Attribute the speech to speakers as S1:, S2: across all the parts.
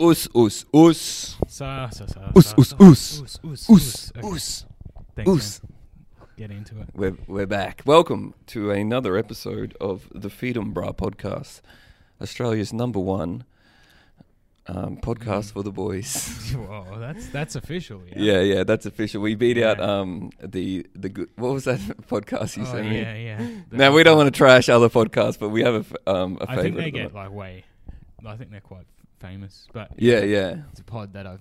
S1: Os, os, os.
S2: Sa, sa, sa.
S1: Oos,
S2: sa,
S1: oos,
S2: sa.
S1: oos.
S2: Oos, oos,
S1: Oos,
S2: oos. Okay.
S1: oos,
S2: Thanks,
S1: oos.
S2: man. Get into it.
S1: We're, we're back. Welcome to another episode of the Freedom Bra podcast, Australia's number one um, podcast for the boys.
S2: Whoa, that's that's official. Yeah.
S1: Yeah, yeah, that's official. We beat out
S2: Yeah.
S1: um, the the good. What was that podcast you
S2: Oh,
S1: sent me?
S2: yeah, yeah.
S1: Now we don't want to trash other podcasts, but we have a, f- um, a
S2: I
S1: favorite.
S2: think they get like way. I think they're quite famous, but
S1: yeah, yeah.
S2: It's a pod that I've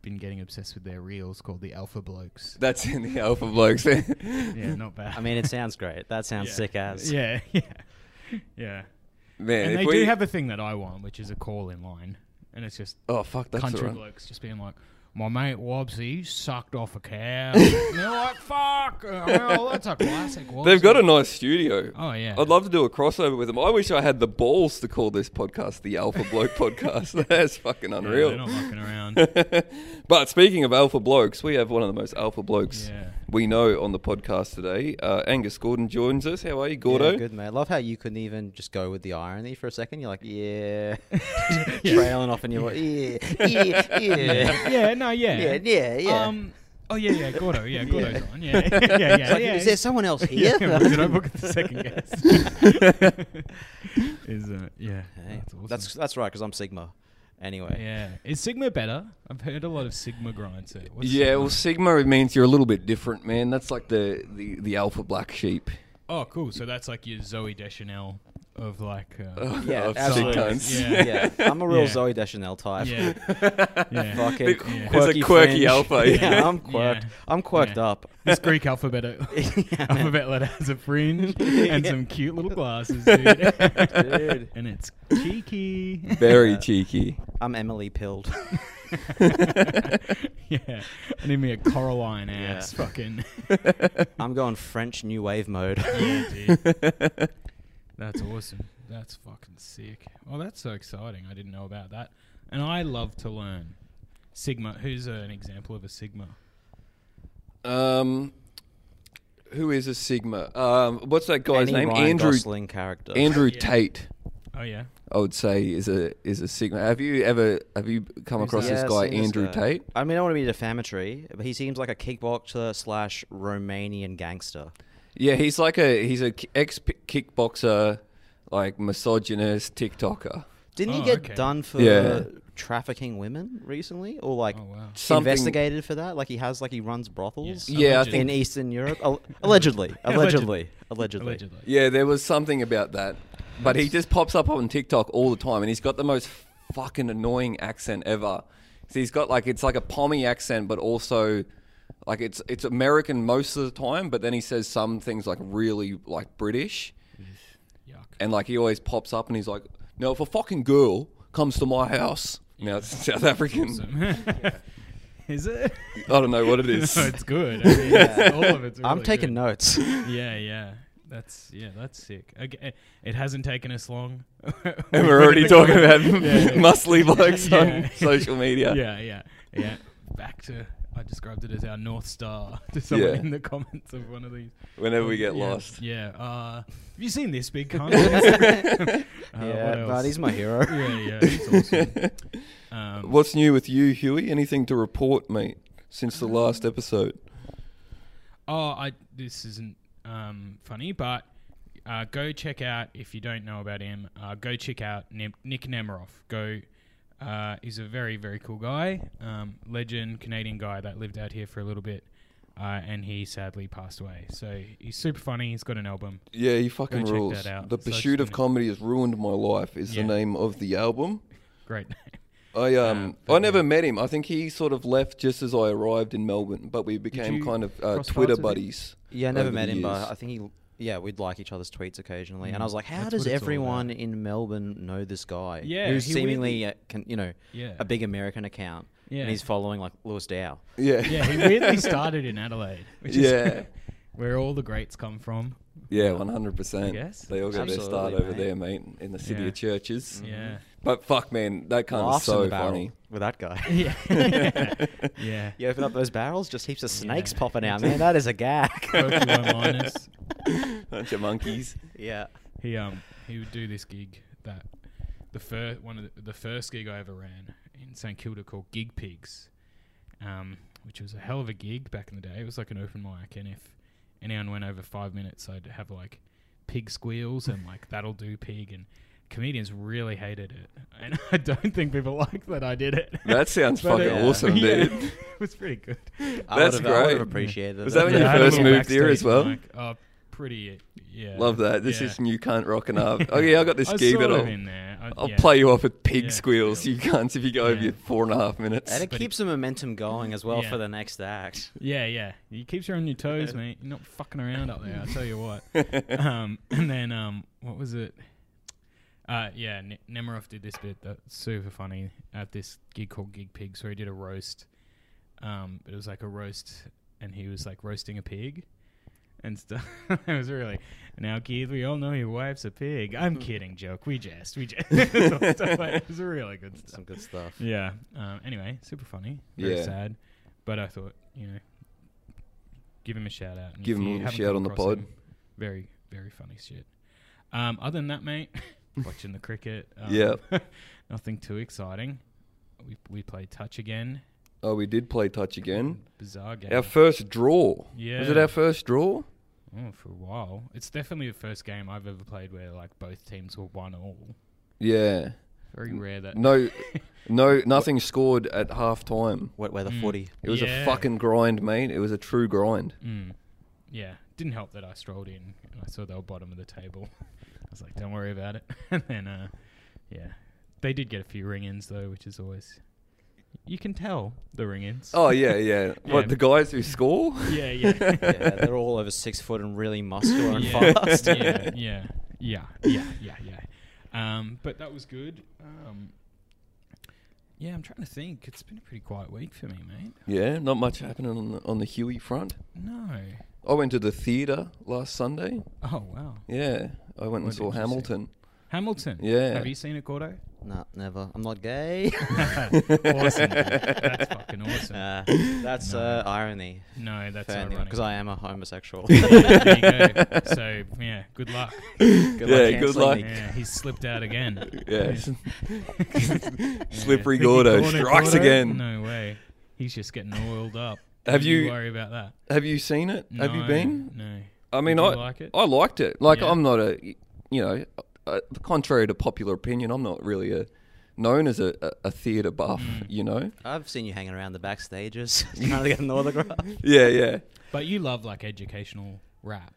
S2: been getting obsessed with their reels called the Alpha Blokes.
S1: That's in the Alpha Blokes.
S2: yeah, not bad.
S3: I mean, it sounds great. That sounds
S2: Yeah.
S3: sick as.
S2: Yeah, yeah, yeah.
S1: Man,
S2: and
S1: if
S2: they
S1: we,
S2: do have a thing that I want, which is a call in line, and it's just
S1: Oh fuck, that's
S2: country
S1: alright.
S2: blokes just being like, "My mate Wobbsy sucked off a cow." and they're like, "Fuck!" Oh, well, that's a classic. Wobbsy.
S1: They've got a nice studio.
S2: Oh yeah.
S1: I'd love to do a crossover with them. I wish I had the balls to call this podcast the Alpha Bloke Podcast. That's fucking
S2: Yeah,
S1: unreal.
S2: they're not mucking around.
S1: but speaking of alpha blokes, we have one of the most alpha blokes
S2: Yeah.
S1: we know on the podcast today. Uh, Angus Gordon joins us. How are you,
S3: Yeah,
S1: Gordo?
S3: good man. Love how you couldn't even just go with the irony for a second. You're like, yeah, trailing off, and you're like, yeah, yeah, yeah,
S2: yeah. No. Yeah.
S3: yeah, yeah, yeah.
S2: Um. Oh yeah, yeah. Gordo. Yeah, Gordo's
S3: Yeah.
S2: on. Yeah. yeah. Yeah.
S3: It's like,
S2: yeah.
S3: Is there someone else
S2: Yeah,
S3: here?
S2: did I book the second guest? is uh, yeah,
S3: Hey,
S2: that's awesome.
S3: That's that's right, because I'm Sigma. Anyway,
S2: yeah. Is Sigma better? I've heard a lot of Sigma grinds. There. What's
S1: yeah,
S2: Sigma?
S1: well, Sigma it means you're a little bit different, man. That's like the, the, the alpha black sheep.
S2: oh, cool. So that's like your Zoe Deschanel of like. Uh,
S1: of-
S3: Yeah,
S1: of sick
S3: absolutely.
S1: cunts.
S2: Yeah.
S3: yeah, I'm a real
S2: Yeah.
S3: Zoe Deschanel type.
S2: yeah. yeah.
S3: Fucking
S1: It's
S2: a
S3: quirky
S1: quirky
S3: fringe.
S1: alpha,
S3: yeah.
S1: yeah.
S3: I'm quirked.
S2: Yeah.
S3: I'm quirked
S2: Yeah.
S3: up.
S2: This Greek alphabet uh,
S3: Yeah, man.
S2: alphabet letter has a fringe and
S3: Yeah.
S2: some cute little glasses, dude.
S3: Dude.
S2: and it's cheeky.
S1: Very
S3: Yeah.
S1: cheeky.
S3: I'm Emily Pilled.
S2: yeah, I need me a Coraline ass
S3: Yeah.
S2: fucking.
S3: I'm going French New Wave mode.
S2: Yeah, dude. That's awesome. That's fucking sick. Well, that's so exciting. I didn't know about that. And I love to learn. Sigma. Who's an example of a Sigma?
S1: Um, who is a Sigma? Um, what's that guy's
S3: Any
S1: name?
S3: Ryan
S1: Andrew
S3: Gosling character.
S1: Andrew
S2: Yeah.
S1: Tate.
S2: Oh yeah.
S1: I would say is a is a Sigma. Have you ever have you come
S2: Who's
S1: across
S2: that?
S1: this
S3: Yeah,
S1: guy
S3: I've seen this
S1: Andrew
S3: guy.
S1: Tate?
S3: I mean, I don't want to be defamatory, but he seems like a kickboxer slash Romanian gangster.
S1: Yeah, he's like a he's a ex kickboxer, like misogynist TikToker.
S3: Didn't
S2: Oh,
S3: he get
S2: okay.
S3: done for
S1: Yeah.
S3: trafficking women recently, or like
S2: Oh wow.
S1: Something-
S3: investigated for that? Like he has like he runs brothels
S1: Yeah, I
S2: Alleged-
S1: think-
S3: in Eastern Europe, Al- allegedly, allegedly, allegedly.
S2: Allegedly.
S1: Yeah, there was something about that, but he just pops up on TikTok all the time, and he's got the most fucking annoying accent ever. So he's got like it's like a Pommy accent, but also like it's it's American most of the time, but then he says some things like really like British.
S2: Yuck.
S1: and like he always pops up and he's like, "Now if a fucking girl comes to my house, now it's South African.
S2: Awesome. is it?
S1: I don't know what it is.
S2: no, it's good. I mean, it's- all of it's
S3: I'm
S2: really
S3: taking
S2: good.
S3: notes.
S2: Yeah, yeah. That's yeah, that's sick. Okay, it hasn't taken us long.
S1: and we're already talking about
S2: Yeah.
S1: muscly blokes
S2: Yeah.
S1: on social media.
S2: yeah, yeah, yeah. Back to I described it as our north star to someone
S1: Yeah.
S2: in the comments of one of these.
S1: Whenever we get
S2: Yeah,
S1: lost,
S2: Yeah. Uh, have you seen this big cunt? Uh, what
S3: yeah, but
S2: else?
S3: he's my hero.
S2: Yeah, yeah. It's awesome. Um,
S1: what's new with you, Huey? Anything to report, mate? Since the
S2: Um,
S1: last episode,
S2: Oh, I this isn't um, funny, but uh, go check out if you don't know about him. Uh, go check out Nim- Nick Nemiroff. Go, uh, he's a very very cool guy, um, legend Canadian guy that lived out here for a little bit, uh, and he sadly passed away. So he's super funny. He's got an album.
S1: yeah, he fucking
S2: Go check
S1: rules.
S2: that out.
S1: The
S2: So it's
S1: pursuit of
S2: gonna-
S1: comedy has ruined my life. Is
S2: Yeah.
S1: the name of the album.
S2: Great name.
S1: I um
S2: but
S1: I never
S2: yeah.
S1: met him. I think he sort of left just as I arrived in Melbourne, but we became
S2: you
S1: kind of uh,
S2: cross
S1: Twitter
S2: paths with him?
S1: buddies.
S3: Yeah, I never
S1: over the
S3: met him,
S1: years.
S3: but I think he. Yeah, we'd like each other's tweets occasionally, and I
S2: Mm.
S3: was like, "How
S2: That's
S3: does
S2: what it's all
S3: everyone in Melbourne know this guy?
S2: Yeah,
S3: who's
S2: he
S3: seemingly
S2: weirdly-
S3: uh, can, you know
S2: Yeah.
S3: a big American account,
S2: Yeah.
S3: and he's following like Lewis Dow.
S1: Yeah.
S2: yeah, he weirdly started in Adelaide, which is
S1: Yeah.
S2: where all the greats come from.
S1: Yeah, one hundred percent.
S2: guess.
S1: They all got their start
S3: Absolutely,
S1: over
S3: mate.
S1: there, mate, in the city
S2: Yeah.
S1: of churches.
S2: Yeah.
S1: But fuck, man, that kind of
S3: Laughs in
S1: so
S3: the barrel
S1: funny.
S3: with that guy.
S2: Yeah. yeah.
S3: you open up those barrels, just heaps of snakes
S2: Yeah.
S3: popping out, man. That is a gag.
S2: Both low minus.
S1: Bunch of monkeys.
S3: yeah,
S2: He um he would do this gig that the first one of the, the first gig I ever ran in in St Kilda called Gig Pigs, um, which was a hell of a gig back in the day. It was like an open mic, and if anyone went over five minutes, I'd have like pig squeals and like that'll do pig, and comedians really hated it, and I don't think people liked that I did it.
S1: That sounds
S2: But
S1: fucking
S2: it-
S1: awesome,
S2: yeah,
S1: dude.
S2: it was pretty good.
S3: I
S1: That's
S3: would've- I would
S1: great.
S3: have appreciated it.
S1: Was that when you
S2: I had a
S1: first
S2: little
S1: moved here as
S2: backstage
S1: well?
S2: mic. Oh, pretty, yeah.
S1: Love that. This
S2: Yeah.
S1: is new cunt rocking up. Oh yeah, I got this
S2: I
S1: gig
S2: sort
S1: that
S2: of
S1: I'll,
S2: in there. I-
S1: I'll
S2: yeah.
S1: play you off with pig
S2: Yeah.
S1: squeals. You cunts if you go over
S2: Yeah.
S1: your four and a half minutes.
S3: And it
S2: But
S3: keeps the momentum going as well
S2: Yeah.
S3: for the next act.
S2: Yeah, yeah. He keeps you on your toes, mate. You're not fucking around up there. I tell you what. um, and then um, what was it? Uh, yeah, N- Nemiroff did this bit that's super funny at this gig called Gig Pigs, where he did a roast. Um, but it was like a roast, and he was like roasting a pig. And stuff. it was really now, Keith. We all know your wife's a pig. I'm kidding, joke. We jest, we jest. it was really good stuff.
S3: Some good stuff.
S2: Yeah. Um, anyway, super funny. Very
S1: Yeah.
S2: sad. But I thought, you know, give him a shout out. and
S1: Give
S2: if
S1: him
S2: you
S1: a
S2: haven't
S1: shout
S2: come
S1: on the
S2: across
S1: pod.
S2: him, very, very funny shit. Um, other than that, mate, watching the cricket. Um,
S1: Yep.
S2: nothing too exciting. We, we played touch again.
S1: oh, we did play touch again.
S2: Bizarre game.
S1: Our first draw. Was it
S2: Yeah.
S1: our first draw?
S2: oh, for a while. It's definitely the first game I've ever played where, like, both teams were one all.
S1: Yeah.
S2: Very rare that.
S1: No, no, nothing scored at half time.
S3: Wet weather
S2: Mm.
S3: footy.
S1: It was a
S2: Hmm. Yeah.
S1: fucking grind, mate. It was a true grind.
S2: Mm. Yeah, didn't help that I strolled in and I saw they were bottom of the table. I was like, don't worry about it. and then, uh, yeah, they did get a few ring-ins though, which is always you can tell the ring-ins.
S1: Oh yeah, yeah.
S2: Yeah.
S1: What the guys who score?
S2: yeah, yeah,
S3: yeah, they're all over six foot and really muscular and
S2: yeah,
S3: fast.
S2: yeah, yeah, yeah, yeah, yeah, yeah. Um, but that was good. Um, yeah, I'm trying to think. It's been a pretty quiet week for me, mate.
S1: Yeah, not much happening on the, on the Huey front.
S2: No.
S1: I went to the theater last Sunday.
S2: Oh wow.
S1: Yeah, I went and
S2: What
S1: saw
S2: did you see?
S1: Hamilton.
S2: Hamilton.
S1: Yeah.
S2: Have you seen it, Gordo?
S3: No, never. I'm not gay.
S2: awesome. That's fucking awesome.
S3: Nah, that's uh, irony.
S2: No, that's ironic.
S3: Because I am a homosexual.
S2: there you go. So yeah, good luck.
S3: Good
S1: Yeah,
S3: luck
S1: good
S3: cancelling
S1: luck.
S3: me.
S2: Yeah, he's slipped out again.
S1: Yes.
S2: Yeah.
S1: Slippery
S2: Think he
S1: Gordo
S2: caught it,
S1: strikes
S2: Gordo?
S1: again.
S2: No way. He's just getting oiled up.
S1: Have
S2: Don't
S1: you-
S2: worry about that?
S1: Have you seen it? Have you
S2: No,
S1: been?
S2: No.
S1: I mean,
S2: Did you
S1: I
S2: like it?
S1: I liked it. Like
S2: Yeah.
S1: I'm not a, you know, uh, contrary to popular opinion, I'm not really a known as a, a, a theater buff.
S2: Mm.
S1: You know.
S3: I've seen you hanging around the backstages trying to get an autograph.
S1: Yeah, yeah,
S2: But you love like educational rap.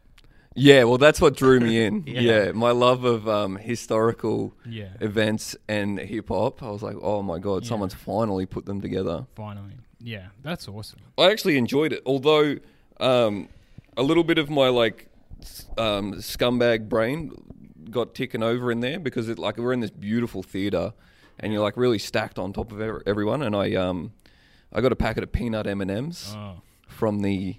S1: yeah. Well, that's what drew me in.
S3: Yeah.
S1: yeah. my love of um, historical
S2: Yeah.
S1: events and hip hop. I was like, oh my god,
S2: Yeah.
S1: someone's finally put them together.
S2: Finally. Yeah, that's awesome.
S1: I actually enjoyed it, although um, a little bit of my like s- um, scumbag brain got ticking over in there because it like we're in this beautiful theater, and you're like really stacked on top of ev- everyone. And I um, I got a packet of peanut M and M's
S2: Oh,
S1: from the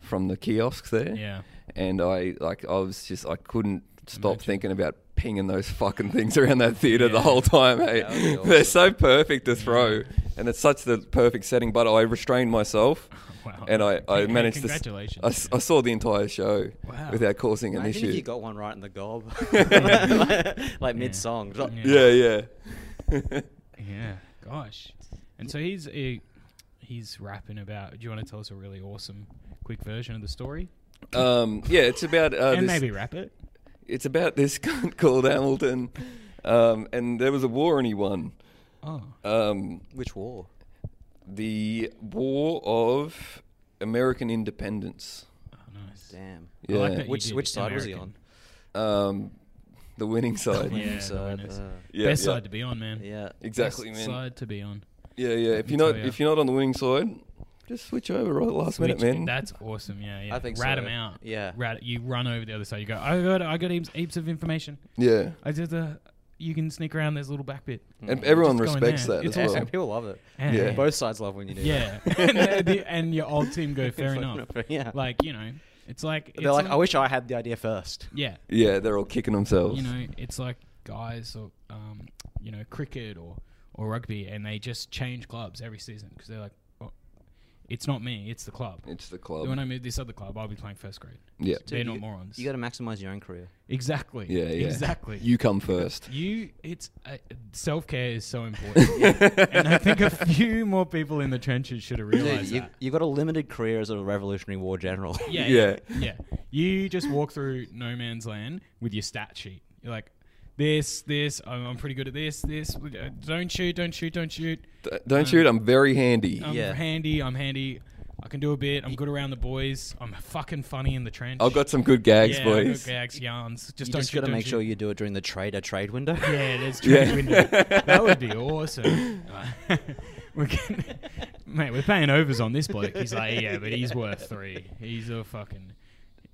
S1: from the kiosks there,
S2: yeah.
S1: and I like I was just I couldn't stop
S2: Imagine.
S1: thinking about pinging those fucking things around that theater
S2: Yeah.
S1: the whole time. Hey,
S3: That would be awesome.
S1: they're so perfect to throw, and it's such the perfect setting. But I restrained myself
S2: Wow.
S1: and I, I
S2: Hey,
S1: managed
S2: congratulations.
S1: to. s- I, s- I saw the entire show
S2: Wow.
S1: without causing an
S3: Imagine
S1: issue.
S3: if you got one right in the gob. like mid song.
S1: yeah, yeah.
S2: Yeah, gosh. And so he's uh he's rapping about. Do you want to tell us a really awesome, quick version of the story?
S1: Um, yeah, it's about uh,
S2: and
S1: this,
S2: maybe rap it.
S1: it's about this cunt called Hamilton, um, and there was a war and he won.
S2: Oh,
S1: Um,
S3: Which war?
S1: the War of American Independence.
S2: oh nice.
S3: Damn.
S1: Yeah,
S2: I like that you
S3: Which-
S2: did
S3: which side was he
S2: American.
S1: um, the winning side.
S2: Yeah,
S3: Yeah,
S2: the
S3: side,
S2: winners.
S3: uh,
S1: Yeah,
S2: Best
S1: yeah.
S2: side to be on, man.
S3: yeah.
S1: Exactly,
S2: Best
S1: man.
S2: side to be on.
S1: Yeah, yeah.
S2: Let
S1: If
S2: me
S1: you're not
S2: tell ya.
S1: if you're not on the winning side, just switch over right last minute,
S2: Which-
S1: man.
S2: That's awesome. Yeah, yeah.
S3: I think
S2: Rat
S3: so.
S2: him out.
S3: Yeah.
S2: Rat. You run over the other side. You go. I got. I got heaps, heaps of information.
S1: Yeah,
S2: I did the. You can sneak around. There's a little back bit.
S3: Hmm.
S1: and everyone
S2: Just go in
S1: respects
S2: there.
S1: that
S2: It's
S1: as
S2: awesome.
S1: well.
S3: People love it.
S2: And-
S1: Yeah.
S3: Both sides love when you do
S2: Yeah.
S3: that.
S2: and, the, and your old team go. Fair enough.
S3: Yeah.
S2: Like you know, it's like it's
S3: They're like, I wish I had the idea first.
S2: Yeah.
S1: Yeah, they're all kicking themselves.
S2: you know, it's like guys or um, you know, cricket or or rugby, and they just change clubs every season because they're like, oh, It's not me. It's the club.
S1: It's the club.
S2: When I move this other club, I'll be playing first grade.
S1: yeah.
S3: Dude,
S2: They're not
S3: you-
S2: morons.
S3: You got to maximize your own career.
S2: exactly.
S1: Yeah, yeah.
S2: Exactly.
S1: You come first.
S2: You, it's uh, self care is so important, and I think a few more people in the trenches should have
S3: Dude,
S2: realized
S3: you,
S2: that.
S3: you got a limited career as a Revolutionary War general.
S2: Yeah,
S1: Yeah.
S2: yeah, yeah. You just walk through no man's land with your stat sheet. You're like, this, this. I'm, I'm pretty good at this, this. uh, Don't shoot, don't shoot, don't shoot.
S1: D- don't shoot. I'm very handy.
S2: I'm
S3: Yeah.
S2: handy. I'm handy. I can do a bit. I'm good around the boys. I'm fucking funny in the trench.
S1: I've got some good gags,
S2: yeah, I've got
S1: boys.
S2: gags, yarns. Just
S3: you
S2: don't
S3: just
S2: shoot.
S3: got to
S2: don't
S3: make
S2: shoot.
S3: sure you do it during the trader trade window.
S2: Yeah, there's
S1: Yeah.
S2: trade window. That would be awesome. we're going mate, we're paying overs on this bloke. He's like, yeah, but he's worth three. He's a fucking.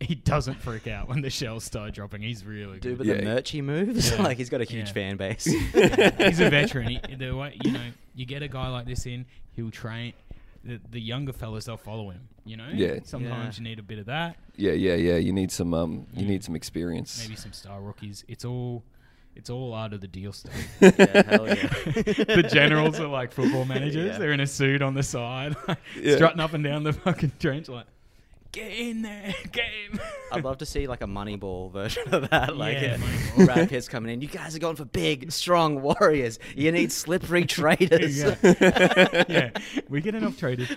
S2: He doesn't freak out when the shells start dropping. He's really
S3: Dude,
S2: good.
S3: but
S1: Yeah.
S3: the merch he moves,
S2: Yeah.
S3: like he's got a huge
S2: Yeah.
S3: fan base.
S2: he's a veteran. He, the way you know, you get a guy like this in, he'll train. The, the younger fellas, they'll follow him. You know,
S1: Yeah.
S2: Sometimes
S3: Yeah.
S2: you need a bit of that.
S1: Yeah, yeah, yeah. You need some. Um, you need some experience.
S2: Maybe some star rookies. It's all, it's all out of the deal stuff.
S3: yeah, hell yeah.
S2: the generals are like football managers.
S3: Yeah.
S2: They're in a suit on the side, like,
S1: Yeah.
S2: strutting up and down the fucking trench, like, get in there, get him.
S3: I'd love to see like a Moneyball version of that. Like
S2: Yeah,
S3: uh,
S2: Moneyball.
S3: Brad Pitt's coming in. You guys are going for big, strong warriors. You need slippery traders.
S2: yeah. yeah, we get enough traders.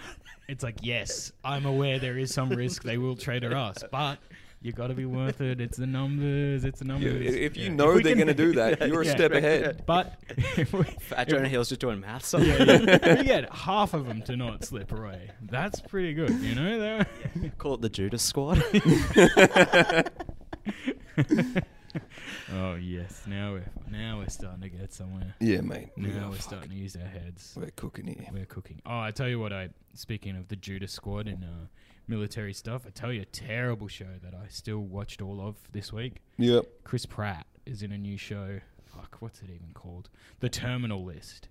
S2: It's like, yes, I'm aware there is some risk they will trader us, but you got to be worth it. It's the numbers. It's the
S1: Yeah, i-
S2: numbers.
S1: if you
S2: Yeah.
S1: know
S2: we
S1: they're
S2: can-
S1: going to do that, you're a
S2: Yeah.
S1: step ahead.
S2: But if we, if-
S3: Fat Jonah Hill's just doing maths.
S2: yeah, yeah. we get half of them to not slip away. That's pretty good, you know. They're-
S3: Call it the Judas Squad.
S2: oh yes, now we're now we're starting to get somewhere.
S1: Yeah, mate.
S2: Now
S1: Yeah,
S2: we're
S1: fuck.
S2: starting to use our heads.
S1: We're cooking here.
S2: We're cooking. Oh, I tell you what. I speaking of the Judas Squad and uh, military stuff. I tell you, a terrible show that I still watched all of this week.
S1: Yep.
S2: Chris Pratt is in a new show. Fuck, what's it even called? The Terminal List.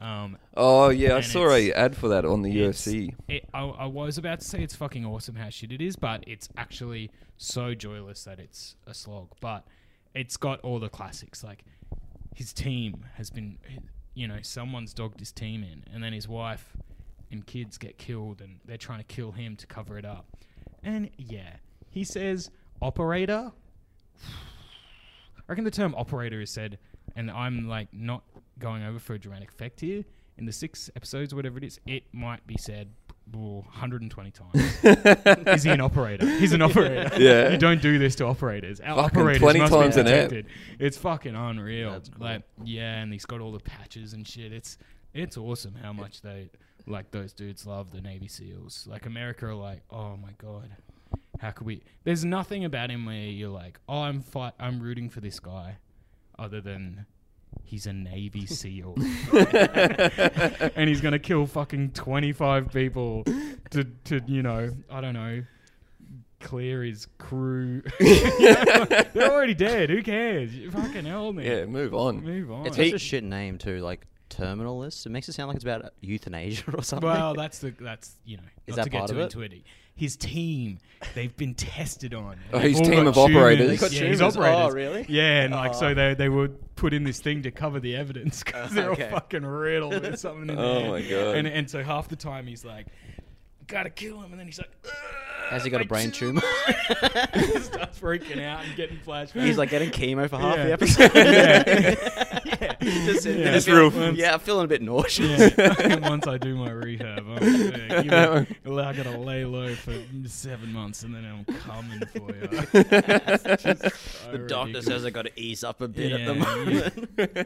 S2: Um,
S1: Oh yeah, I
S2: And
S1: saw a
S2: it's-
S1: ad for that on the
S2: it's-
S1: UFC.
S2: It, I, I was about to say it's fucking awesome how shit it is, but it's actually so joyless that it's a slog. But it's got all the classics. Like his team has been, you know, someone's dogged his team in, and then his wife and kids get killed, and they're trying to kill him to cover it up. And yeah, he says, operator. I reckon the term operator is said, and I'm like not going over for a dramatic effect here. In the six episodes, whatever it is, it might be said oh, 120 times. is he an operator? He's an operator.
S1: Yeah.
S2: You don't do this to operators. Our
S1: Fucking
S2: operators
S1: 20
S2: must
S1: times
S2: be
S1: an app.
S2: protected. It's fucking unreal.
S3: That's cool.
S2: Like yeah, and he's got all the patches and shit. It's it's awesome how much they like those dudes love the Navy SEALs. Like America are like, oh my god, how could we? There's nothing about him where you're like, oh, I'm fight, I'm rooting for this guy, other than he's a Navy SEAL and he's gonna kill fucking 25 people to to you know I don't know. Clear his crew. They're already dead. Who cares? Fucking hell, man.
S1: Yeah, move on.
S2: Move on.
S3: It's
S1: He-
S3: such a shit name too, like Terminalist. It makes it sound like it's about euthanasia or something.
S2: well, that's the that's you know
S3: Is
S2: not
S3: that
S2: to get
S3: part
S2: too
S3: of it?
S2: into it. His team, they've been tested on.
S1: Oh,
S2: They've
S1: his
S2: all
S1: team
S2: got
S1: of operators.
S2: tumors.
S1: They've got
S2: Yeah, his
S3: tumors. Oh,
S2: operators.
S3: really?
S2: Yeah, and like so
S3: Oh.
S2: they they were put in this thing to cover the evidence because
S3: Uh,
S2: they're
S3: okay.
S2: all fucking riddled with something. In
S1: Oh
S2: there.
S1: my God.
S2: And and so half the time he's like, gotta kill him, and then he's like,
S3: Has he got
S2: "Ah,
S3: a brain
S2: my
S3: tumor?
S2: tumor." starts freaking out and getting flashbacks.
S3: He's like getting chemo for half
S2: Yeah.
S3: the episode.
S2: Yeah.
S3: Just sitting
S2: Yeah.
S3: there
S1: It's
S3: feeling-
S1: real.
S3: Yeah, I'm feeling a bit nauseous.
S2: Yeah. once I do my rehab, I'm, yeah, you know, well, I gotta lay low for seven months, and then I'm coming for you.
S3: The doctor says I got to ease up a bit at the
S2: Yeah,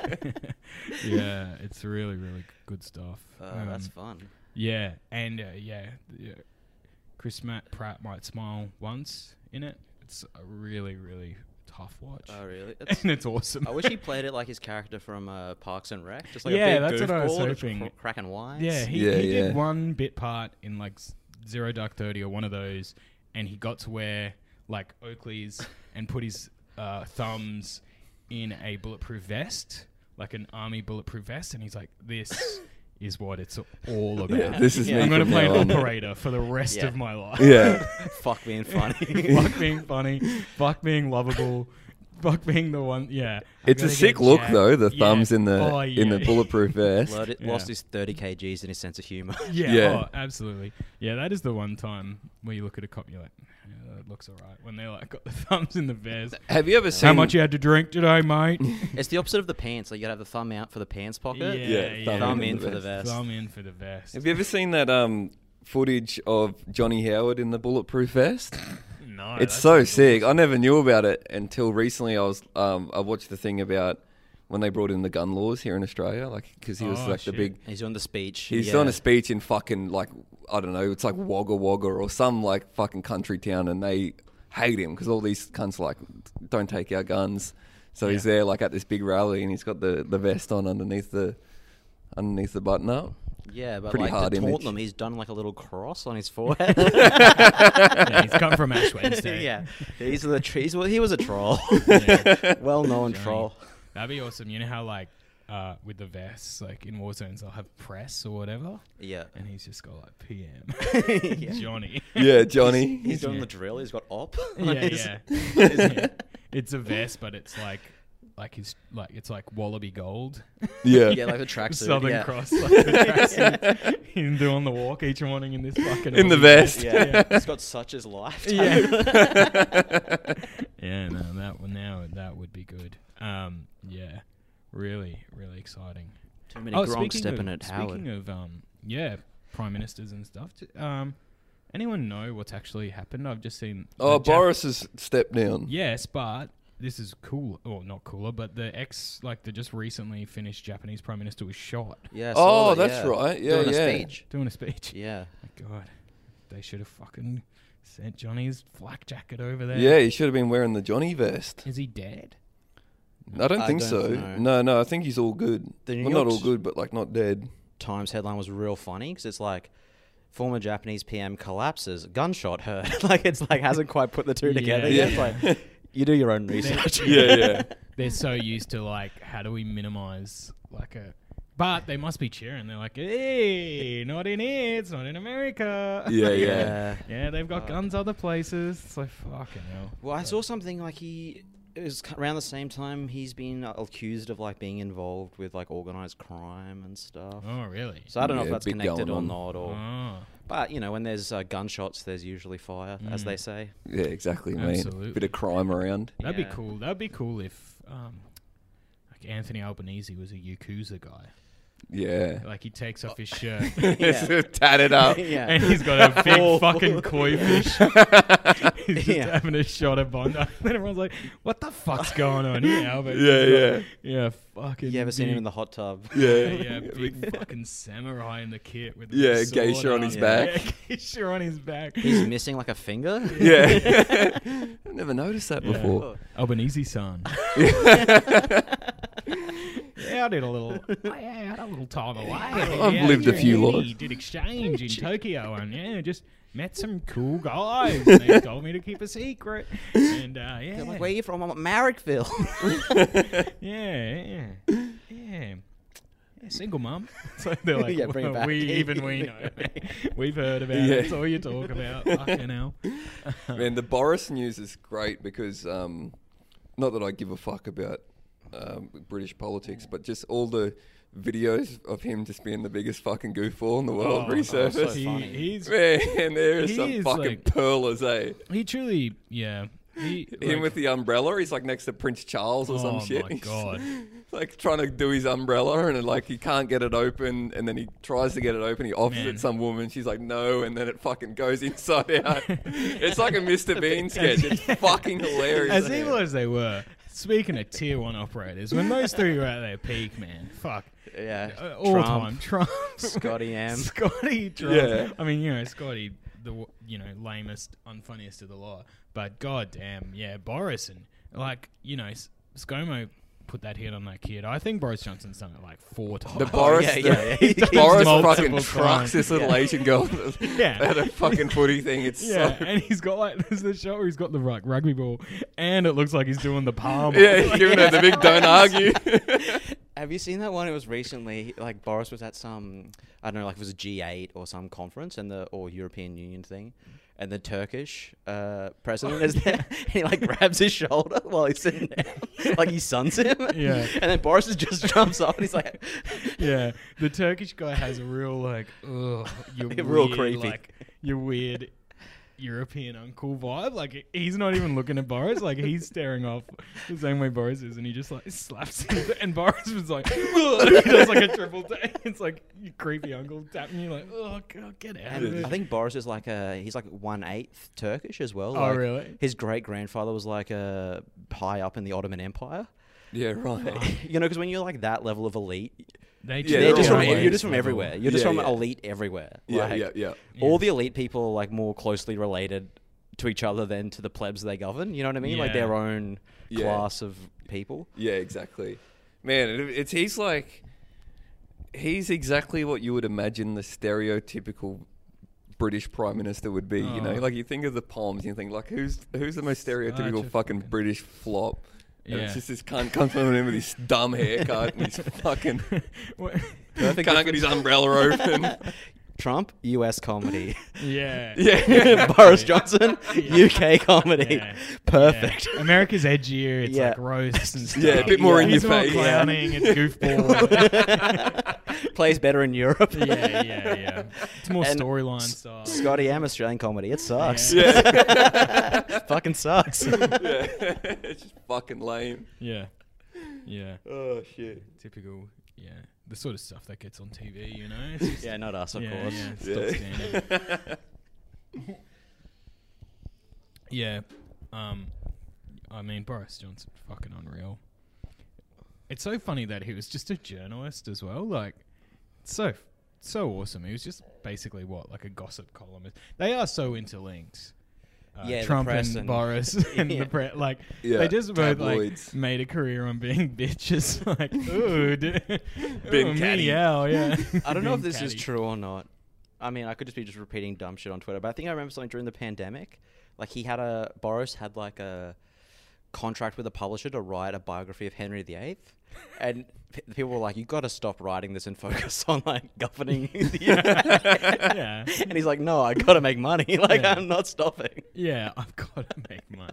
S3: moment.
S2: yeah, it's really, really good stuff.
S3: Oh, that's
S2: Um,
S3: fun.
S2: Yeah, and uh, yeah, yeah, Chris Matt Pratt might smile once in it. It's a really, really tough watch,
S3: Oh, really? It's-
S2: and it's awesome.
S3: I wish he played it like his character from uh, Parks and Rec, just like
S2: Yeah,
S3: a big
S2: that's what I was
S3: goofball just
S2: hoping.
S3: cr- cracking wines.
S2: Yeah, he,
S1: Yeah,
S2: he
S1: yeah.
S2: did one bit part in like s- Zero Dark Thirty or one of those, and he got to wear like Oakley's and put his uh, thumbs in a bulletproof vest, like an army bulletproof vest, and he's like, "This is what it's all about."
S1: Yeah, this is
S3: Yeah.
S1: me.
S2: I'm gonna
S1: from
S2: play
S1: now
S2: an
S1: on.
S2: operator for the rest
S3: Yeah.
S2: of my life.
S1: Yeah.
S3: fuck being funny.
S2: fuck being funny. Fuck being lovable. Spock being the one. Yeah, I
S1: It's a
S2: gotta
S1: sick
S2: get
S1: look
S2: Jack.
S1: though. The
S2: Yeah.
S1: thumbs in the
S2: Oh,
S1: in the
S2: yeah.
S1: bulletproof vest.
S3: Lost,
S2: Yeah.
S3: lost his 30 kgs and his sense of humor.
S2: Yeah,
S1: Yeah.
S2: Oh, absolutely. Yeah, that is the one time where you look at a cop, you're like, yeah, that looks alright. When they're like got the thumbs in the vest.
S1: Have you ever seen
S2: How much you had to drink today, mate?
S3: it's the opposite of the pants. Like you gotta have the thumb out for the pants pocket.
S2: Yeah, Yeah, thumb
S3: Thumb
S2: in
S3: in
S1: the
S3: for the vest.
S2: Thumb in for the vest.
S1: Have you ever seen that um footage of Johnny Howard in the bulletproof vest?
S2: No,
S1: it's
S2: Oh, that's
S1: so
S2: not-
S1: sick. I never knew about it until recently. I was um I watched the thing about when they brought in the gun laws here in Australia, like because he was
S2: Oh,
S1: like
S2: shit.
S1: the big.
S3: He's on the speech.
S1: He's
S3: yeah.
S1: on a speech in fucking like I don't know. It's like Wagga Wagga or some like fucking country town, and they hate him because all these cunts like don't take our guns. So he's
S2: Yeah.
S1: there like at this big rally, and he's got the, the vest on underneath the underneath the button up.
S3: Yeah, but
S1: pretty
S3: like
S1: hard
S3: to taunt
S1: image.
S3: them, he's done like a little cross on his forehead.
S2: Yeah, he's come from Ash Wednesday.
S3: yeah, these are the trees. Well, he was a troll,
S2: Yeah.
S3: well-known
S2: Johnny.
S3: troll.
S2: That'd be awesome. You know how like uh, with the vests, like in war zones, they'll have press or whatever,
S3: Yeah,
S2: and he's just got like PM Johnny.
S1: Yeah, Johnny.
S3: he's doing
S2: Yeah.
S3: the drill. He's got op. on
S2: yeah,
S3: his-
S2: yeah. Yeah. It's a vest, but it's like like his like it's like wallaby gold.
S1: yeah,
S3: yeah, like the tracksuit.
S2: Southern
S3: yeah.
S2: Cross, like the tracksuit. Him doing the walk each morning in this fucking
S1: in the
S2: hoodie.
S1: vest.
S3: Yeah, he's got such as life.
S2: Yeah, no, that would now that would be good. Um, yeah, really, really exciting.
S3: Too many Gronk
S2: Oh, speaking
S3: stepping
S2: of,
S3: at Howard.
S2: Speaking of um, yeah, prime ministers and stuff. t- Um, anyone know what's actually happened? I've just seen.
S1: Oh,
S2: the Jap-
S1: Boris has stepped down.
S2: Yes, but this is cool, or not cooler, but the ex, like the just recently finished Japanese prime minister was shot
S3: yeah. I saw
S1: Oh,
S3: that,
S1: that's
S3: yeah.
S1: right. Yeah,
S3: Doing
S1: yeah.
S3: a speech.
S2: doing a speech.
S3: Yeah.
S2: My God, they should have fucking sent Johnny's flak jacket over there.
S1: Yeah, he should have been wearing the Johnny vest.
S2: Is he dead?
S1: I don't
S3: I
S1: think
S3: don't
S1: so.
S3: know.
S1: No, no, I think he's all good.
S3: The New
S1: well, not
S3: York's-
S1: all good, but like not dead.
S3: Times headline was real funny because it's like former Japanese PM collapses, gunshot heard. like it's like hasn't quite put the two together
S2: Yeah.
S3: yet. It's like you do your own research.
S1: Yeah, yeah.
S2: They're so used to like, how do we minimize like a. But they must be cheering. They're like, hey, not in here. It's not in America.
S1: Yeah, yeah.
S2: yeah, they've got
S3: Fuck.
S2: guns other places. It's like, fucking hell.
S3: Well, I saw something like he it was ki- around the same time he's been accused of like being involved with like organized crime and stuff.
S2: Oh, really?
S3: So I don't know if
S1: Yeah,
S3: that's
S1: big
S3: connected
S1: going
S3: or
S1: on.
S3: not, or
S2: Oh.
S3: but you know when there's uh, gunshots, there's usually fire, as they say.
S1: Yeah, exactly, mate.
S2: Absolutely.
S1: Bit of crime around.
S2: That'd
S3: Yeah.
S2: be cool. That'd be cool if um, like Anthony Albanese was a Yakuza guy.
S1: Yeah.
S2: Like he takes off his shirt
S1: It's tatted up.
S3: yeah.
S2: and he's got a
S3: Oh.
S2: big fucking koi fish. he's just
S3: Yeah.
S2: having a shot at Bondi. Then everyone's like, "What the fuck's going on here, Albert?"
S1: Yeah, yeah.
S2: yeah, fucking.
S3: You ever seen him
S2: big-
S3: in the hot tub?
S1: Yeah.
S2: Yeah, yeah, big fucking samurai in the kit with the
S1: Yeah,
S2: big
S1: geisha
S2: sword
S1: on his
S2: arm.
S1: back.
S2: Yeah, geisha on his back.
S3: He's missing like a finger.
S1: Yeah. I've never noticed that
S2: Yeah.
S1: before.
S2: Albanese son. yeah, I did a little. I had a little time away.
S1: I've
S2: Yeah,
S1: lived a
S2: yeah,
S1: few
S2: yeah,
S1: lives.
S2: Did exchange in Tokyo, and yeah, just met some cool guys. and they told me to keep a secret, and uh, yeah,
S3: They're like, where are you from? I'm at Marrickville.
S2: yeah, yeah, yeah. Yeah, Single mum. So they're like,
S3: Yeah, bring it
S2: "Well,
S3: back."
S2: we even we know, we've heard about
S1: Yeah.
S2: it. It's all you talk about. Fucking hell.
S1: Man, the Boris news is great because um, not that I give a fuck about um, British politics, but just all the videos of him just being the biggest fucking goofball in the world
S2: Oh,
S1: resurfaced.
S3: so
S2: he,
S3: funny.
S2: he's
S1: Man, there is
S2: He
S1: some
S2: is,
S1: fucking
S2: like-
S1: pearlers, eh?
S2: He truly, yeah. He,
S1: Him
S2: like-
S1: with the umbrella, he's like next to Prince Charles or some
S2: Oh
S1: shit.
S2: my
S1: He's
S2: God.
S1: like trying to do his umbrella and like he can't get it open and then he tries to get it open, he offers
S2: Man.
S1: it some woman, she's like no, and then it fucking goes inside out. it's like a Mr. Bean sketch. It's fucking hilarious.
S2: as evil as they were. Speaking of tier one operators, when those three were at their peak, man, fuck,
S3: yeah.
S2: Uh, all
S3: Trump,
S2: time Trump,
S3: Scotty M.
S2: Scotty Trump.
S1: Yeah.
S2: I mean, you know, Scotty, the w- you know lamest, unfunniest of the lot. But goddamn, yeah, Boris and like you know, S- ScoMo put that hit on that kid. I think Boris Johnson's done it like four times.
S1: the Boris,
S3: yeah,
S1: the-
S3: yeah, yeah.
S1: the Boris
S2: Multiple
S1: fucking
S2: times.
S1: trucks this little Asian girl
S2: Yeah.
S1: at a fucking footy thing. It's
S2: Yeah,
S1: so
S2: and he's got like there's the shot where he's got the rug, rugby ball, and it looks like he's doing the palm.
S1: yeah, he's giving her the big don't argue.
S3: Have you seen that one? It was recently like Boris was at some I don't know, like it was a G eight or some conference and the or European Union thing, and the Turkish uh, president is there and he like grabs his shoulder while he's sitting down, like he suns him.
S2: Yeah.
S3: And then Boris is- just jumps up and he's like,
S2: yeah, the Turkish guy has a real like, ugh, you're
S3: Real
S2: weird,
S3: creepy.
S2: like your weird European uncle vibe. Like he's not even looking at Boris. Like he's staring off the same way Boris is, and he just like slaps him. And Boris was like, ugh, he does like a triple tap. It's like your creepy uncle tapping you like, oh god, get out of
S3: And
S2: here.
S3: I think Boris is like a he's like one eighth Turkish as well.
S2: Oh,
S3: like,
S2: really?
S3: His great grandfather was like a high up in the Ottoman Empire.
S1: Yeah, right.
S3: you know, because when you're like that level of elite,
S2: they
S1: Yeah,
S3: they're
S1: they're
S3: just
S1: all
S3: from,
S1: elite.
S3: you're just from everywhere. You're just
S1: Yeah,
S3: from
S1: yeah.
S3: elite everywhere.
S1: yeah,
S3: Like,
S1: yeah, yeah.
S3: All the elite people are, like more closely related to each other than to the plebs they govern. You know what I mean? Like
S2: Yeah.
S3: their own
S1: Yeah.
S3: class of people.
S1: Yeah, exactly. Man, it, it's he's like he's exactly what you would imagine the stereotypical British prime minister would be. You know,
S2: Oh.
S1: like you think of the palms, you think like who's who's the most
S2: a
S1: stereotypical fucking
S2: fucking-
S1: British flop. And
S2: Yeah.
S1: it's just this cunt comes from him with his dumb haircut and his fucking
S2: What-
S1: can't get his umbrella open.
S3: Trump, U.S. comedy.
S2: yeah.
S1: yeah,
S3: Boris Johnson,
S2: Yeah.
S3: UK comedy.
S2: Yeah.
S3: Perfect.
S2: Yeah. America's edgier. It's
S3: Yeah.
S2: like roasts and stuff.
S1: Yeah, a bit more
S3: Yeah.
S1: in
S2: He's
S1: your
S2: more
S1: face.
S2: clowning. It's goofball.
S3: Plays better in Europe.
S2: yeah, yeah, yeah. It's more
S3: And
S2: storyline
S3: S-
S2: style.
S3: Scotty M Australian comedy. It sucks.
S1: Yeah.
S3: Fucking sucks.
S1: yeah. it's just fucking lame.
S2: Yeah, yeah.
S1: Oh shit.
S2: Typical. Yeah, the sort of stuff that gets on TV. You know. It's just-
S3: yeah, not us, of
S2: yeah,
S3: course.
S2: Yeah, it's not standard.
S1: Yeah.
S2: Yeah. Um, I mean, Boris Johnson, fucking unreal. It's so funny that he was just a journalist as well. Like, so, so awesome. He was just basically what, like a gossip columnist. They are so interlinked. Uh,
S3: Yeah, the
S2: Trump
S3: press
S2: and,
S3: and-
S2: Boris and
S3: Yeah.
S2: the pre- like
S1: Yeah,
S2: they just both
S1: tabloids.
S2: like made a career on being bitches. Like, ooh, dude.
S1: Been
S2: Ooh, me,
S1: catty.
S2: yeah, yeah.
S3: I don't know if
S2: Being
S3: this is
S2: catty.
S3: true or not. I mean, I could just be just repeating dumb shit on Twitter, but I think I remember something during the pandemic. Like he had a Boris had like a contract with a publisher to write a biography of Henry VIII, and p- people were like, "You got to stop writing this and focus on like governing." the United."
S2: Yeah.
S3: And he's like, "No, I got to make money. Like
S2: Yeah.
S3: I'm not stopping."
S2: Yeah, I've got to make money.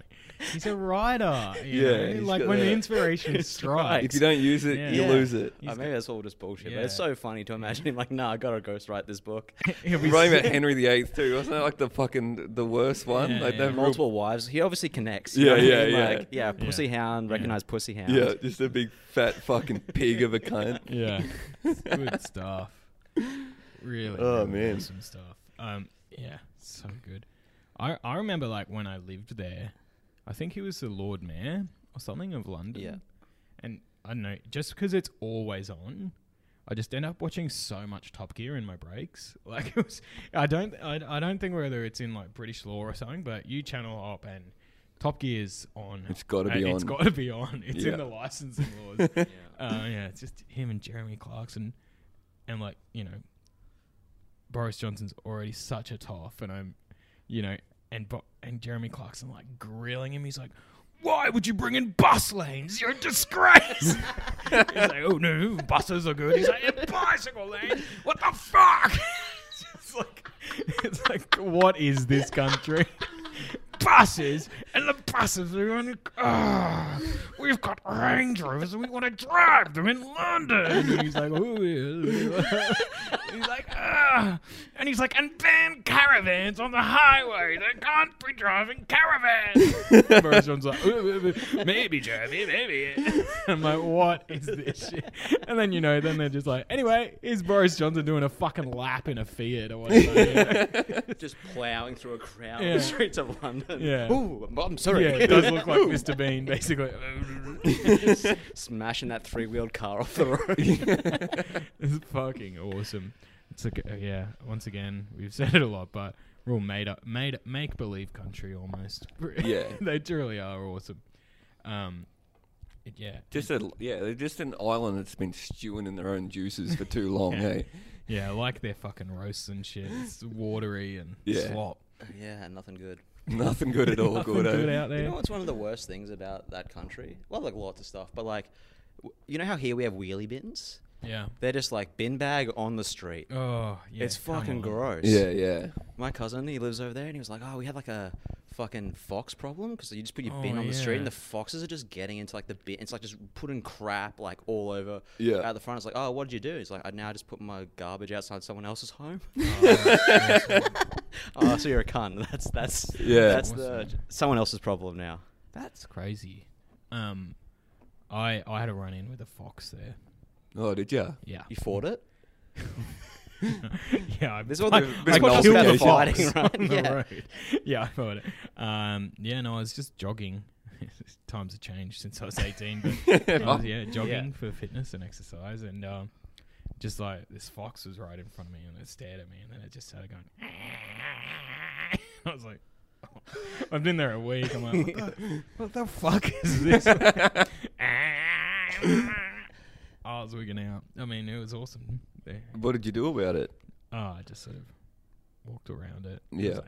S2: He's a writer. Uh, You
S1: Yeah,
S2: know?
S1: he's
S2: like
S1: got
S2: when the
S1: that.
S2: inspiration
S3: It's right.
S1: If
S2: strikes.
S1: you don't use it,
S2: Yeah.
S1: you
S2: Yeah.
S1: lose it.
S2: He's
S3: Uh, maybe that's all just bullshit, but it's
S2: Yeah.
S3: so funny to imagine him like, "Nah, I got to ghostwrite this book."
S2: He'll be
S1: We're talking
S2: sick.
S1: about Henry VIII too, wasn't that like the fucking the worst one?
S2: Yeah,
S1: like
S2: yeah.
S1: that real-
S3: Multiple wives. He obviously connects.
S1: Yeah,
S3: what I
S1: yeah,
S3: mean?
S1: yeah.
S3: Like, yeah,
S2: Yeah.
S3: pussy hound.
S2: Yeah.
S3: Recognize pussy hound.
S1: yeah, just a big fat fucking pig of a cunt.
S2: Yeah, It's good stuff. Really,
S1: Oh,
S2: really
S1: man.
S2: awesome stuff. Um, yeah, so good. I I remember like when I lived there, I think he was the Lord Mayor or something of London.
S3: Yeah.
S2: and I don't know just because it's always on. I just end up watching so much Top Gear in my breaks. Like it was, I don't, I, I don't think whether it's in like British law or something, but you channel up and Top Gear's on.
S1: It's gotta
S2: and
S1: be
S2: It's
S1: on.
S2: got to be on. It's
S1: Yeah.
S2: in the licensing laws. Uh, yeah, it's just him and Jeremy Clarkson, and like you know, Boris Johnson's already such a toff, and I'm, you know, and Bo- and Jeremy Clarkson like grilling him. He's like, "Why would you bring in bus lanes? You're a disgrace." He's like, "Oh no, buses are good." He's like, "It's "Bicycle lanes? What the fuck?" it's just like, it's like, what is this country? buses and the buses are on. ah, we've got Range Rovers and we want to drive them in London. And he's like, "Ooh, yeah." he's like, ah, and he's like, and ban caravans on the highway. They can't be driving caravans. Boris Johnson's like, "Ooh, ooh, ooh, maybe Jeremy, maybe. I'm like, what is this shit? And then you know, then they're just like, anyway, is Boris Johnson doing a fucking lap in a Fiat or whatever? you know?
S3: just plowing through a crowd
S2: Yeah.
S3: on the streets of London.
S2: Yeah.
S3: Ooh, I'm- I'm sorry.
S2: Yeah, it does look like Mr. Bean, basically.
S3: Just smashing that three-wheeled car off the road.
S2: it's fucking awesome. It's like, uh, yeah, once again, we've said it a lot, but we're all made up, made make believe country almost.
S1: Yeah.
S2: they truly are awesome. Um, it- yeah,
S1: Just a yeah, they're just an island that's been stewing in their own juices for too long,
S2: Yeah.
S1: hey.
S2: yeah, I like their fucking roasts and shit. It's watery and
S1: Yeah.
S2: slop.
S3: yeah, nothing good.
S1: Nothing good eh? at all,
S2: Nothing
S1: Gordo.
S2: good out there.
S3: You know what's one of the worst things about that country? Well, like lots of stuff, but like w- you know how here we have wheelie bins?
S2: Yeah.
S3: They're just like bin bag on the street.
S2: Oh, yeah.
S3: it's
S2: come
S3: fucking
S2: on.
S3: gross.
S1: Yeah, yeah.
S3: My cousin, he lives over there, and he was like, "Oh, we had like a fucking fox problem because you just put your
S2: Oh,
S3: bin on the street,
S2: yeah.
S3: and the foxes are just getting into like the bin. It's like just putting crap like all over
S1: Yeah.
S3: out the front. It's like, oh, what did you do? It's like, I now just put my garbage outside someone else's home. oh, so you're a cunt. That's that's
S1: Yeah.
S3: That's the someone else's problem now.
S2: That's crazy. Um, I I had a run in with a fox there.
S1: Oh, did you?
S2: Yeah.
S3: You fought it.
S2: yeah, I,
S3: This is what the- this
S2: I
S1: podcast is
S2: killed
S1: about
S2: the
S3: fighting,
S2: fox
S3: right?
S2: on the
S3: Yeah.
S2: road. Yeah, I thought it. Um, yeah, no, I was just jogging. Times have changed since I was 18, but I was, yeah, jogging for fitness and exercise, and um, just like this fox was right in front of me, and it stared at me, and then it just started going. I was like, oh. I've been there a week. I'm like, what the, what the fuck is this? I was wigging out. I mean, it was awesome. There.
S1: What did you do about it?
S2: Oh, I just sort of walked around it. I was
S1: Yeah.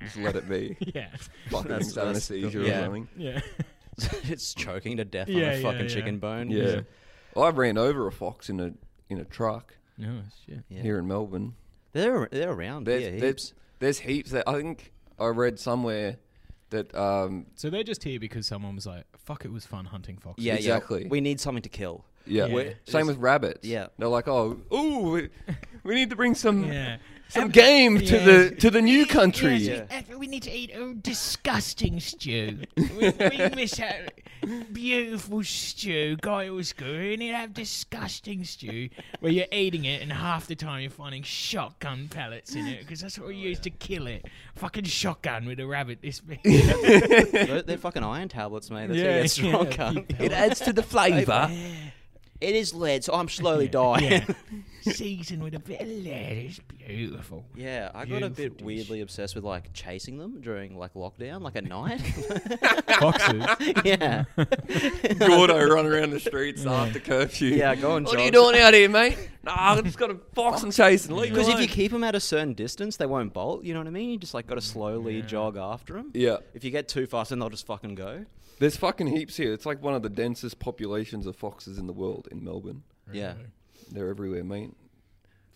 S1: Just let it be.
S2: like, yeah.
S1: Fucking
S3: That's-
S1: things having a
S3: that's-
S1: seizure
S3: yeah.
S1: or something.
S2: Yeah.
S3: it's choking to death
S2: Yeah,
S3: on a
S2: yeah,
S3: fucking
S2: yeah.
S3: chicken bone.
S1: Yeah. I ran over a fox in a in a truck
S2: No, shit.
S3: Yeah.
S1: here in Melbourne.
S3: They're they're around.
S1: There's,
S3: Yeah,
S1: there's
S3: heaps.
S1: there's heaps that I think I read somewhere that um
S2: So they're just here because someone was like, fuck, it was fun hunting foxes.
S3: Yeah,
S1: exactly.
S3: yeah. We need something to kill.
S1: yeah,
S2: Yeah. We're-
S1: same with rabbits.
S3: yeah.
S1: They're like, "Oh, ooh, we, we need to bring some
S2: Yeah.
S1: some game to
S2: yeah.
S1: the to the new country."
S3: Yeah.
S2: We need to eat oh, disgusting stew. we, we miss out beautiful stew. Guy was good. We need to have disgusting stew where you're eating it and half the time you're finding shotgun pellets in it because that's what we use to kill it. Fucking shotgun with a rabbit this big.
S3: they're, they're fucking iron tablets, mate. That's yeah, strong cunt.
S1: It adds to the flavor.
S3: It is lead, so I'm slowly dying.
S2: Yeah. Seasoned with a bit of lead. It's beautiful.
S3: Yeah, I got a
S2: Beautiful
S3: bit
S2: dish.
S3: weirdly obsessed with like chasing them during like lockdown, like at night.
S2: Foxes.
S3: yeah,
S1: Gordo run around the streets after curfew.
S3: yeah, go on.
S1: What are you doing out here, mate? Nah, I've just got a fox and chase and leave me
S3: Because if you
S1: alone.
S3: keep them at a certain distance, they won't bolt. You know what I mean? You just like got to slowly jog after them.
S1: Yeah.
S3: If you get too fast, then they'll just fucking go.
S1: There's fucking heaps here. It's like one of the densest populations of foxes in the world in Melbourne.
S3: Yeah.
S1: They're everywhere, mate.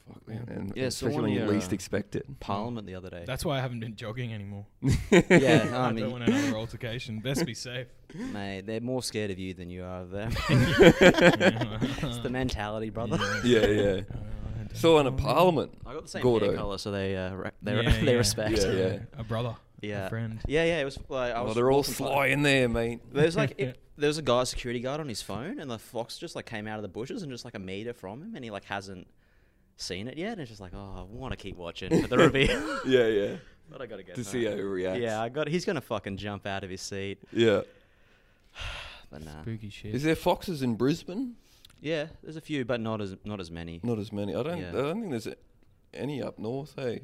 S1: Fuck man. And
S3: Yeah, so
S1: especially
S3: one
S1: when you
S3: year,
S1: least
S3: uh,
S1: expect it.
S3: Parliament the other day.
S2: That's why I haven't been jogging anymore.
S3: yeah, I
S2: I don't
S3: mean,
S2: want another altercation. Best be safe.
S3: mate, they're more scared of you than you are of them. it's the
S2: Yeah.
S3: mentality, brother.
S1: Yeah, yeah.
S2: Uh,
S1: Saw in a parliament.
S3: I got the same
S1: Gordo.
S3: hair color, so they uh, re- they,
S2: Yeah,
S3: they
S2: yeah.
S3: respect.
S1: Yeah, yeah.
S2: A brother.
S3: Yeah.
S2: A friend.
S3: Yeah, yeah, It was like I
S1: Oh,
S3: was.
S1: they're all
S3: walking by-
S1: sly in there, mate.
S3: There's like it, there was a guy, security guard, on his phone, and the fox just like came out of the bushes and just like a meter from him, and he like hasn't seen it yet, and it's just like, oh, I want to keep watching for the reveal,
S1: Yeah, yeah.
S3: but I gotta get
S1: To
S3: home.
S1: see how he reacts.
S3: Yeah, I got. He's gonna fucking jump out of his seat,
S1: Yeah.
S3: but nah.
S2: Spooky shit.
S1: Is there foxes in Brisbane?
S3: Yeah, there's a few, but not as not as many.
S1: Not as many. I don't.
S3: Yeah.
S1: I don't think there's any up north. Hey.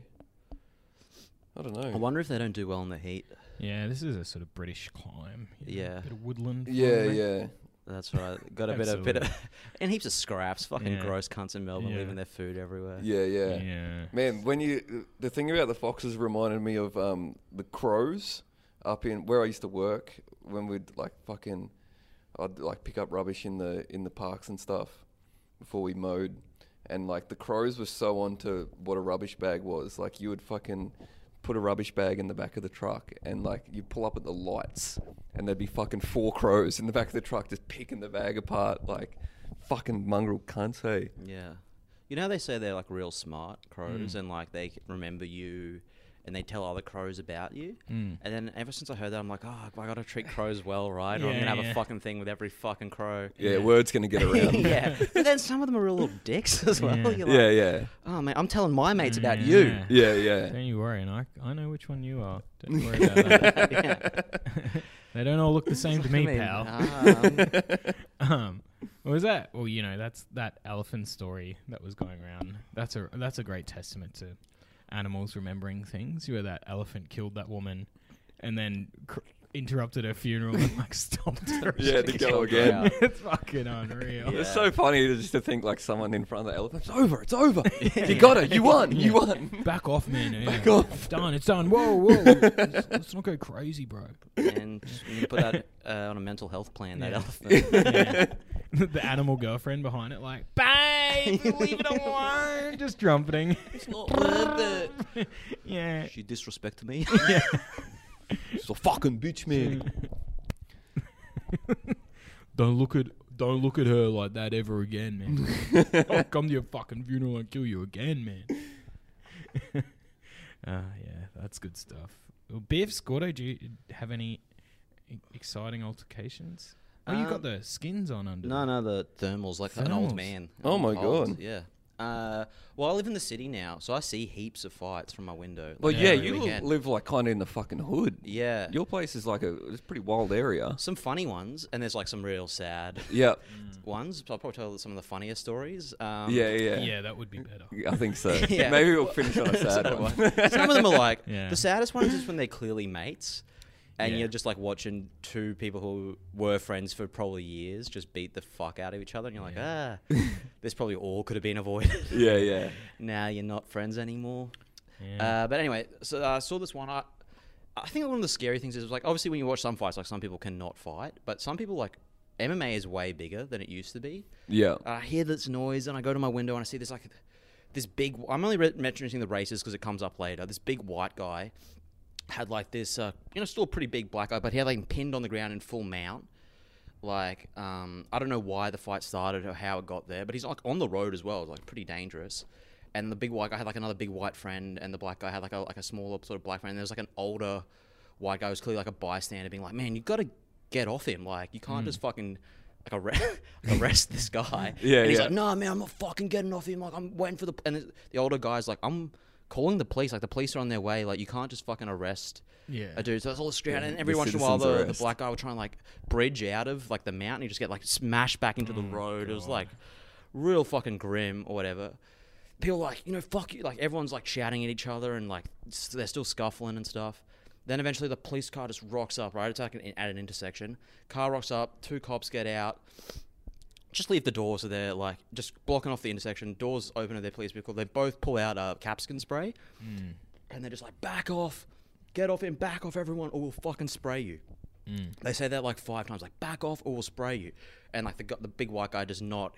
S1: I don't know.
S3: I wonder if they don't do well in the heat.
S2: yeah, this is a sort of British climb. you know,
S3: Yeah.
S2: Bit of woodland.
S1: yeah,
S2: farming.
S1: yeah.
S3: That's right. Got a bit of bit of and heaps of scraps. Fucking
S2: Yeah.
S3: gross cunts in Melbourne
S2: Yeah.
S3: leaving their food everywhere.
S1: Yeah, yeah.
S2: Yeah. Yeah.
S1: Man, when you the thing about the foxes reminded me of um, the crows up in where I used to work when we'd like fucking I'd like pick up rubbish in the in the parks and stuff before we mowed, and like the crows were so onto what a rubbish bag was. Like you would fucking put a rubbish bag in the back of the truck, and like you pull up at the lights, and there'd be fucking four crows in the back of the truck just picking the bag apart like fucking mongrel cunts. Hey,
S3: Yeah. You know how they say they're like real smart
S2: Mm.
S3: crows and like they c- remember you and they tell other crows about you.
S2: Hmm.
S3: Mm. And then ever since I heard that, I'm like, oh, I gotta treat crows well, right? or I'm
S2: Yeah,
S3: gonna have
S2: yeah.
S3: a fucking thing with every fucking crow.
S1: yeah, word's gonna get around.
S3: yeah. But then some of them are real little dicks as well. You're like,
S1: Yeah, yeah.
S3: oh man, I'm telling my mates about you.
S1: Yeah,
S2: Yeah.
S1: yeah.
S2: Don't you worry, and I, I know which one you are. Don't worry about that. They don't all look the same to me, pal.
S3: Um,
S2: Um, what was that? Well, you know, that's that elephant story that was going around. That's a that's a great testament to animals remembering things. You know, that elephant killed that woman, and then cr- interrupted her funeral and like stomped her.
S1: Yeah, to go again.
S3: Yeah.
S2: it's fucking unreal.
S1: It's
S3: Yeah.
S1: so funny to- just to think like someone in front of the elephant. It's over. It's over. You got it. You won. You won.
S2: Back off, man. yeah.
S1: Back off.
S2: It's done. It's done. Whoa, whoa. let's, let's not go crazy, bro.
S3: and just need to put that uh, on a mental health plan, that
S2: Yeah.
S3: elephant.
S2: Yeah. the animal girlfriend behind it, like, babe, leave it alone, just trumpeting.
S3: It's not worth it.
S2: yeah.
S3: She disrespected me.
S2: Yeah.
S1: She's a fucking bitch, man.
S2: don't look at don't look at her like that ever again, man. I'll come to your fucking funeral and kill you again, man. Ah, yeah, that's good stuff. Well, Biff's Gordo, do you have any e- exciting altercations? Oh, you got
S3: Um,
S2: the skins on under.
S3: No, no, the thermals, like an old
S2: Thermals.
S3: man.
S1: Oh my
S3: Old,
S1: God.
S3: Yeah. Uh, well, I live in the city now, so I see heaps of fights from my window. like,
S1: Well, yeah,
S3: every
S1: you
S3: weekend.
S1: live like kind of in the fucking hood.
S3: Yeah.
S1: Your place is like a it's a pretty wild area.
S3: some funny ones, and there's like some real sad
S1: Yeah,
S2: Mm.
S3: ones. So I'll probably tell some of the funnier stories. Um,
S1: yeah, yeah.
S2: Yeah, that would be better.
S1: I think so.
S3: Yeah.
S1: Maybe we'll finish on a sad
S3: Sad
S1: one.
S3: one. Some of them are like
S2: Yeah.
S3: the saddest ones is when they're clearly mates, and
S2: Yeah.
S3: you're just like watching two people who were friends for probably years just beat the fuck out of each other, and you're like, ah, this probably all could have been avoided.
S1: yeah, yeah.
S3: now you're not friends anymore.
S2: Yeah.
S3: Uh, but anyway, so I saw this one. I, I think one of the scary things is like obviously when you watch some fights, like some people cannot fight, but some people like MMA is way bigger than it used to be.
S1: Yeah.
S3: And I hear this noise, and I go to my window and I see this like this big. I'm only re- mentioning the races because it comes up later. This big white guy had like this, uh, you know, still a pretty big black guy, but he had like pinned on the ground in full mount. Like, um, I don't know why the fight started or how it got there, but he's like on the road as well. It's like pretty dangerous. And the big white guy had like another big white friend, and the black guy had like a like a smaller sort of black friend. And there was like an older white guy who was clearly like a bystander, being like, "Man, you got to get off him! Like, you
S1: Hmm.
S3: can't just fucking." Like arrest, arrest this guy.
S1: Yeah,
S3: and he's
S1: yeah.
S3: like, no, man, I'm not fucking getting off him. Like, I'm waiting for the. And the- the older guy's like, I'm calling the police. Like, the police are on their way. Like, you can't just fucking arrest
S2: Yeah.
S3: a dude. So it's all straight.
S1: Yeah,
S3: and every
S1: the
S3: once in a while,
S1: citizens
S3: the, the
S1: arrest.
S3: black guy would try and like bridge out of like the mountain. He just get like smashed back into
S1: Oh,
S3: the road. It was like real fucking grim or whatever. People like, you know, fuck you. Like, everyone's like shouting at each other and like s- they're still scuffling and stuff. Then eventually the police car just rocks up, right? It's like an, at an intersection. Car rocks up, two cops get out just leave the doors so they're like just blocking off the intersection. Doors open to their police vehicle. They both pull out uh, capsicum spray,
S1: Hmm.
S3: and they're just like, "Back off, get off him, back off, everyone, or we'll fucking spray you." They say that like five times, like, "Back off, or we'll spray you." And like the gu- the big white guy does not,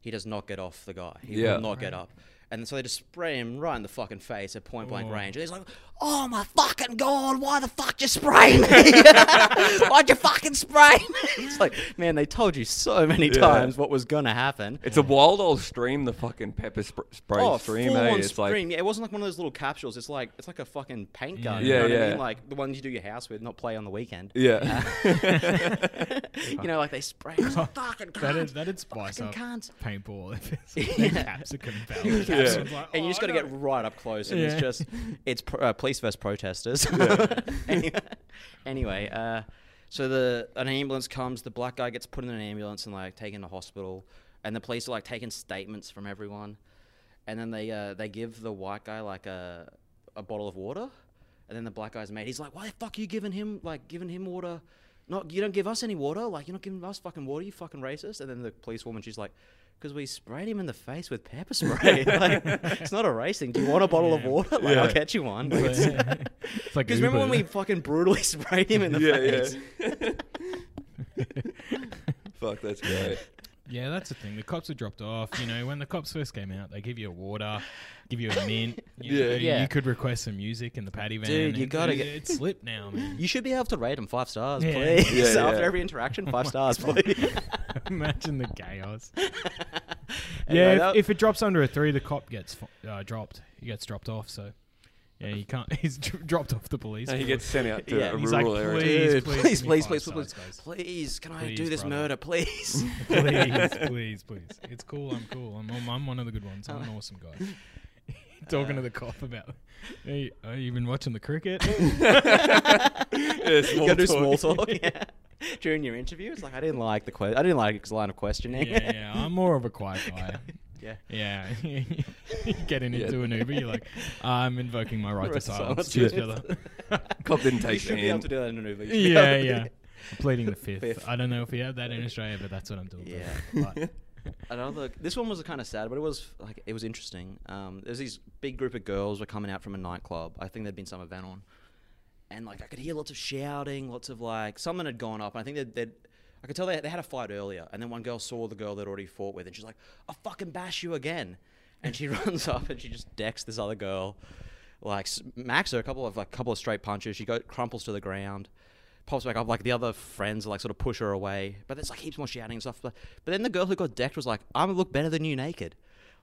S3: he does not get off the guy. He
S1: Yeah.
S3: will not get up. And so they just spray him right in the fucking face at point blank range. And he's like, "Oh my fucking god, why the fuck you spray me? Why'd you fucking spray me?" It's like, man, they told you so many
S1: Yeah.
S3: times what was gonna happen.
S1: It's a wild old stream, the fucking pepper sp- spray
S3: Oh,
S1: stream, eh?
S3: full-on
S1: It's
S3: stream.
S1: like,
S3: yeah, it wasn't like one of those little capsules. It's like it's like a fucking paint gun.
S1: Yeah,
S3: you know what
S1: yeah.
S3: I mean? Like the ones you do your house with, not play on the weekend.
S1: yeah.
S3: you know, like they spray. It's like, fucking
S2: That'd,
S3: cunts,
S2: that'd spice
S3: fucking
S2: up
S3: cunts.
S2: paintball if it's like
S3: Yeah.
S2: capsicum belt.
S1: Capsicum.
S2: Like,
S3: and you just
S2: "Oh,
S3: got to
S2: no."
S3: get right up close, and
S2: Yeah.
S3: it's just it's pro- uh, police versus protesters. anyway, anyway uh, so the an ambulance comes, the black guy gets put in an ambulance and like taken to hospital, and the police are like taking statements from everyone, and then they uh, they give the white guy like a a bottle of water, and then the black guy's mate, he's like, why the fuck are you giving him like giving him water? Not you don't give us any water, like you're not giving us fucking water, you fucking racist. And then the police woman, she's like. Because we sprayed him in the face with pepper spray. like, it's not a race thing. Do you want a bottle of water? Like, I'll catch you one. Like, it's-
S2: it's like
S3: because remember when we
S2: Uber.
S3: fucking brutally sprayed him in the
S1: Yeah, yeah.
S3: face?
S1: Fuck, that's great.
S2: Yeah, that's the thing. The cops are dropped off. You know, when the cops first came out, they give you a water, give you a mint. You,
S1: Yeah.
S2: you-
S3: Yeah.
S2: You could request some music in the paddy van.
S3: Dude, you
S2: It-
S3: gotta
S2: it-
S3: get-
S2: It's slipped now, man.
S3: You should be able to rate him five stars,
S2: Yeah.
S3: please.
S1: Yeah, yeah.
S3: After every interaction, five stars, please.
S2: Imagine the chaos.
S3: Anyway,
S2: yeah, if,
S3: that-
S2: if it drops under a three, the cop gets fu- uh, dropped. He gets dropped off. So, yeah, you can't. He's dr- dropped off the police.
S1: he
S2: for-
S1: gets sent out to
S3: Yeah,
S1: a
S2: and he's like,
S1: rural area.
S2: please,
S3: Dude,
S2: please,
S3: please,
S2: give me
S3: please,
S2: five
S3: please,
S2: stars,
S3: please,
S2: guys.
S3: please, can I
S2: Please,
S3: do this
S2: brother.
S3: murder, please?
S2: please, please, please. It's cool. I'm cool. I'm, I'm, I'm one of the good ones. I'm an
S3: Oh.
S2: awesome guy. Talking
S3: Uh.
S2: to the cop about, hey, uh, you been watching the cricket?
S1: Yeah, small
S3: you gotta do
S1: talk.
S3: small talk. yeah. During your interview, it's like I didn't like the que- I didn't like his line of questioning.
S2: yeah, yeah, I'm more of a quiet guy.
S3: yeah.
S2: Yeah, you get in
S1: Yeah.
S2: into an Uber, you're like, I'm invoking my right to
S3: Right to
S2: silence.
S3: silence,
S2: Cheers,
S3: yes.
S2: fella.
S1: Cop didn't
S3: You
S1: take
S3: should
S1: the
S3: be able
S1: hint.
S3: to do that in an Uber. You should be
S2: yeah,
S3: able to do
S2: yeah.
S3: that.
S2: I'm pleading the fifth.
S3: Fifth.
S2: I don't know if we have that in Australia, but that's what I'm doing.
S3: Yeah.
S2: But,
S3: Another. This one was kind of sad, but it was like it was interesting. Um, There's these big group of girls were coming out from a nightclub. I think there'd been some event on, and like I could hear lots of shouting, lots of like someone had gone up. I think they'd, they'd I could tell they, they had a fight earlier, and then one girl saw the girl they'd already fought with, and she's like, "I'll fucking bash you again," and she runs up and she just decks this other girl, like max her a couple of like couple of straight punches. She go crumples to the ground, pops back up. Like the other friends like sort of push her away, but there's like heaps more shouting and stuff. But, but then the girl who got decked was like, "I'm gonna look better than you naked."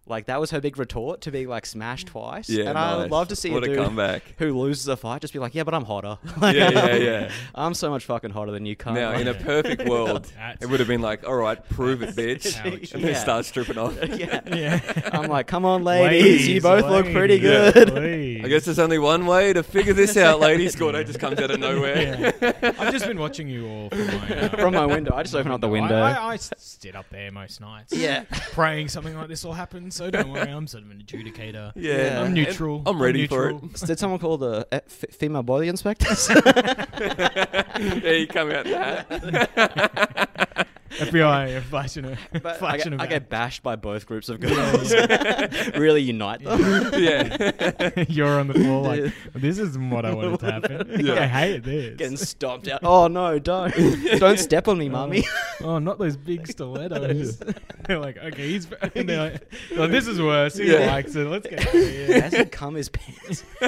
S3: Like that was her big retort to being like smashed twice,
S1: Yeah,
S3: and I would
S1: nice.
S3: love to see
S1: What a
S3: dude
S1: comeback.
S3: who loses a fight just be like, "Yeah, but I'm hotter."
S1: Yeah, yeah, yeah.
S3: I'm so much fucking hotter than you, cunt.
S1: Now, in a
S2: Yeah.
S1: perfect world,
S2: That's-
S1: it would have been like, all right, prove it, bitch.
S2: how it
S1: and then
S3: should-
S1: start stripping off.
S3: yeah.
S2: Yeah.
S3: I'm like, come on, ladies, you both look pretty
S1: ladies,
S3: good.
S1: I guess there's only one way to figure this out, ladies. Gordo just comes out of nowhere.
S2: I've just been watching you all from my, uh,
S3: From my window, I just open up the window.
S2: I, I, I s- sit up there most nights.
S3: Yeah.
S2: Praying something like this will happen, so don't worry. I'm sort of an adjudicator.
S1: Yeah.
S2: I'm neutral.
S1: I'm ready for
S2: neutral.
S3: Did someone call the uh, f- female body inspectors?
S1: it. yeah, you come out that.
S2: FBI, flashing a
S3: But I,
S2: flashing
S3: get,
S2: a
S3: I
S2: van.
S3: get bashed by both groups of girls. really unite them.
S1: yeah.
S2: You're on the floor like, this isn't what I wanted to happen. I hate this.
S3: Getting stomped out. Oh no, don't. don't step on me, mummy.
S2: Oh, not those big stilettos. they're like, okay, he's. And they're like, "Oh, this is worse. He
S1: Yeah.
S2: likes it. Let's get out of
S3: He
S2: here.
S3: hasn't cum his pants.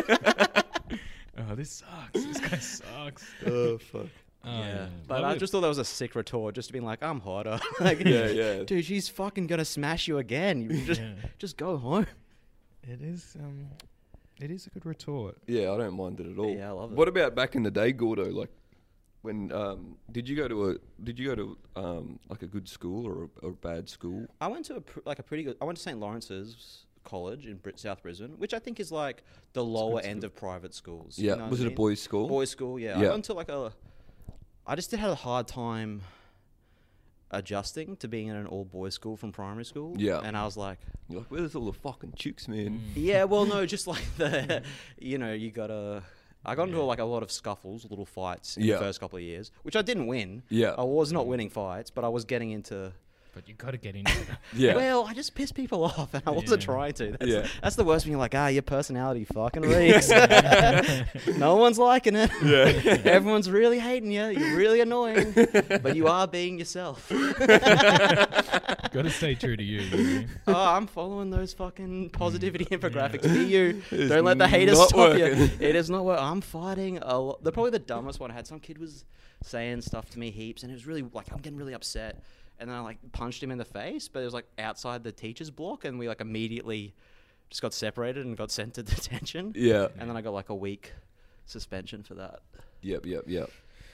S2: Oh, this sucks. This guy sucks.
S3: Oh fuck.
S2: Oh,
S3: Yeah.
S2: Well,
S3: But I
S2: we-
S3: just thought that was a sick retort, just being like, I'm hotter. like,
S1: Yeah, yeah.
S3: Dude, she's fucking gonna smash you again. You just,
S2: Yeah.
S3: just go home.
S2: it is. Um, it is a good retort.
S1: Yeah, I don't mind it at all.
S3: Yeah, I love it.
S1: What about back in the day, Gordo? Like, when um, did you go to a did you go to um, like a good school or a, or a bad school?
S3: I went to a pr- like a pretty good. I went to St Lawrence's College in Brit- South Brisbane, which I think is like the lower end of private schools. you
S1: Yeah,
S3: know what
S1: was
S3: I
S1: it a
S3: mean?
S1: boys' school?
S3: Boys' school, yeah.
S1: Yeah.
S3: I went to like a. I just did had a hard time adjusting to being in an all boys school from primary school.
S1: Yeah.
S3: and I was like,
S1: You're like, where's all the fucking chicks, man?
S2: Mm.
S3: yeah, well, no, just like the, you know, you gotta. I got into like a lot of scuffles, little fights in
S1: Yeah.
S3: the first couple of years, which I didn't win.
S1: Yeah.
S3: I was not winning fights, but I was getting into
S2: But you got to get into that.
S1: Yeah,
S3: Well, I just pissed people off, and I wasn't
S2: Yeah.
S3: trying to. That's,
S1: Yeah.
S3: that's the worst when you're like, ah, your personality fucking reeks. no one's liking it.
S1: Yeah.
S3: Everyone's really hating you. You're really annoying, but you are being yourself.
S2: got to stay true to you. you know?
S3: oh, I'm following those fucking positivity infographics. Be you.
S1: is
S3: Don't let the haters
S1: Mm. not
S3: stop you.
S1: working.
S3: It is not what I'm fighting. A lot. The probably the dumbest one I had. Some kid was saying stuff to me heaps, and it was really like I'm getting really upset. And then I like punched him in the face, but it was like outside the teacher's block, and we like immediately just got separated and got sent to detention.
S1: yeah,
S3: And then I got like a week suspension for that.
S1: yep, yep, yep.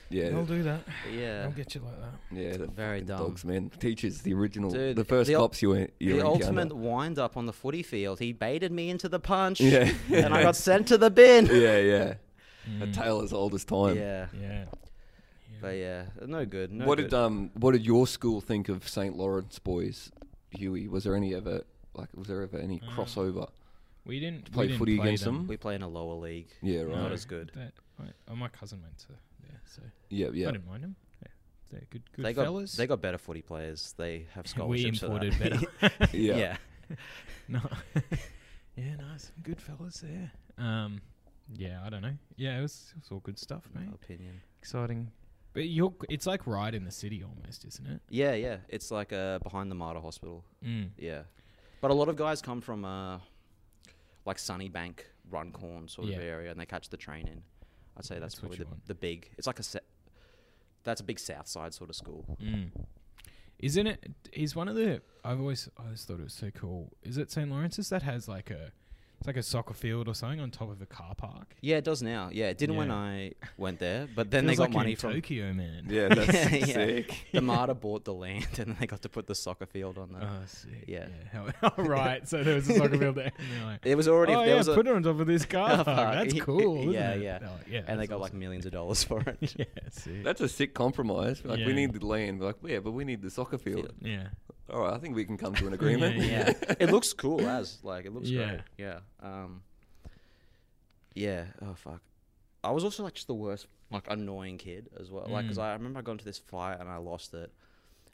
S1: Yeah,
S2: I'll do that.
S3: But yeah.
S2: I'll get you like that.
S1: yeah. The
S3: Very
S1: fucking
S3: dumb.
S1: dogs, man. Teachers, the original,
S3: Dude,
S1: the first
S3: the ul-
S1: cops you went, you
S3: the
S1: encountered.
S3: ultimate wind up on the footy field. He baited me into the punch,
S1: Yeah.
S3: and I got sent to the bin.
S1: Yeah, yeah.
S2: Mm.
S1: A tale as old as time.
S3: Yeah,
S2: Yeah.
S3: but yeah, no good. No
S1: what
S3: good.
S1: did um what did your school think of St. Lawrence boys, Huey? Was there any ever like was there ever any crossover?
S2: We didn't
S1: play
S2: we didn't
S1: footy
S2: play
S1: against
S2: them.
S3: we play in a lower league?
S1: Yeah,
S2: No,
S1: right.
S3: Not as good.
S2: That, I- oh, my cousin went to. Yeah. So
S1: Yeah, yeah.
S2: I didn't mind them. Yeah. They're good, good
S3: They got
S2: fellas.
S3: they got better footy players. They have
S2: we
S3: scholarships.
S2: imported
S3: for that.
S2: better.
S1: Yeah.
S3: yeah.
S2: No. yeah, no, some good fellas there. Um, yeah, I don't know. Yeah, it was, it was all good stuff,
S3: My
S2: mate.
S3: opinion.
S2: Exciting. But you're, it's like right in the city almost, isn't it?
S3: Yeah, yeah. It's like uh, behind the Martyr Hospital.
S2: Mm.
S3: Yeah, but a lot of guys come from uh, like Sunnybank, Runcorn sort
S2: Yeah.
S3: of area, and they catch the train in. I'd say that's,
S2: That's what
S3: probably
S2: you
S3: the,
S2: want.
S3: the big. It's like a se- that's a big South Side sort of school.
S2: Mm. Isn't it? Is one of the? I've always, I always thought it was so cool. Is it St Lawrence's that has like a, it's like a soccer field or something on top of a car park?
S3: Yeah, it does now. Yeah, it didn't when
S2: Yeah.
S3: I went there, but then they
S2: Feels like
S3: got
S2: you're in
S3: money from
S2: Tokyo, man.
S1: Yeah, that's
S3: Yeah.
S1: sick.
S3: the Marta bought the land, and then they got to put the soccer field on there.
S2: Oh, sick.
S3: Yeah.
S2: yeah. All right. So there was a soccer field there. And they're like,
S3: It was already
S2: oh,
S3: there
S2: yeah,
S3: was a,
S2: put it on top of this car.
S3: Car
S2: park.
S3: park.
S2: That's
S3: Yeah,
S2: cool. isn't
S3: yeah,
S2: it?
S3: yeah.
S2: They're like, yeah.
S3: and they
S2: that's
S3: got like
S2: awesome.
S3: millions of dollars for it.
S2: yeah, sick.
S1: That's a sick compromise. Like we
S2: Yeah.
S1: need the land, We're like yeah, but we need the soccer field.
S2: yeah.
S1: All right, I think we can come to an agreement.
S2: Yeah.
S3: it looks cool as like it looks
S2: Yeah.
S3: great. Yeah. Um. Yeah. Oh fuck. I was also like just the worst, like annoying kid as well. Like 'cause
S2: Mm.
S3: I, I remember I got into this fight and I lost it,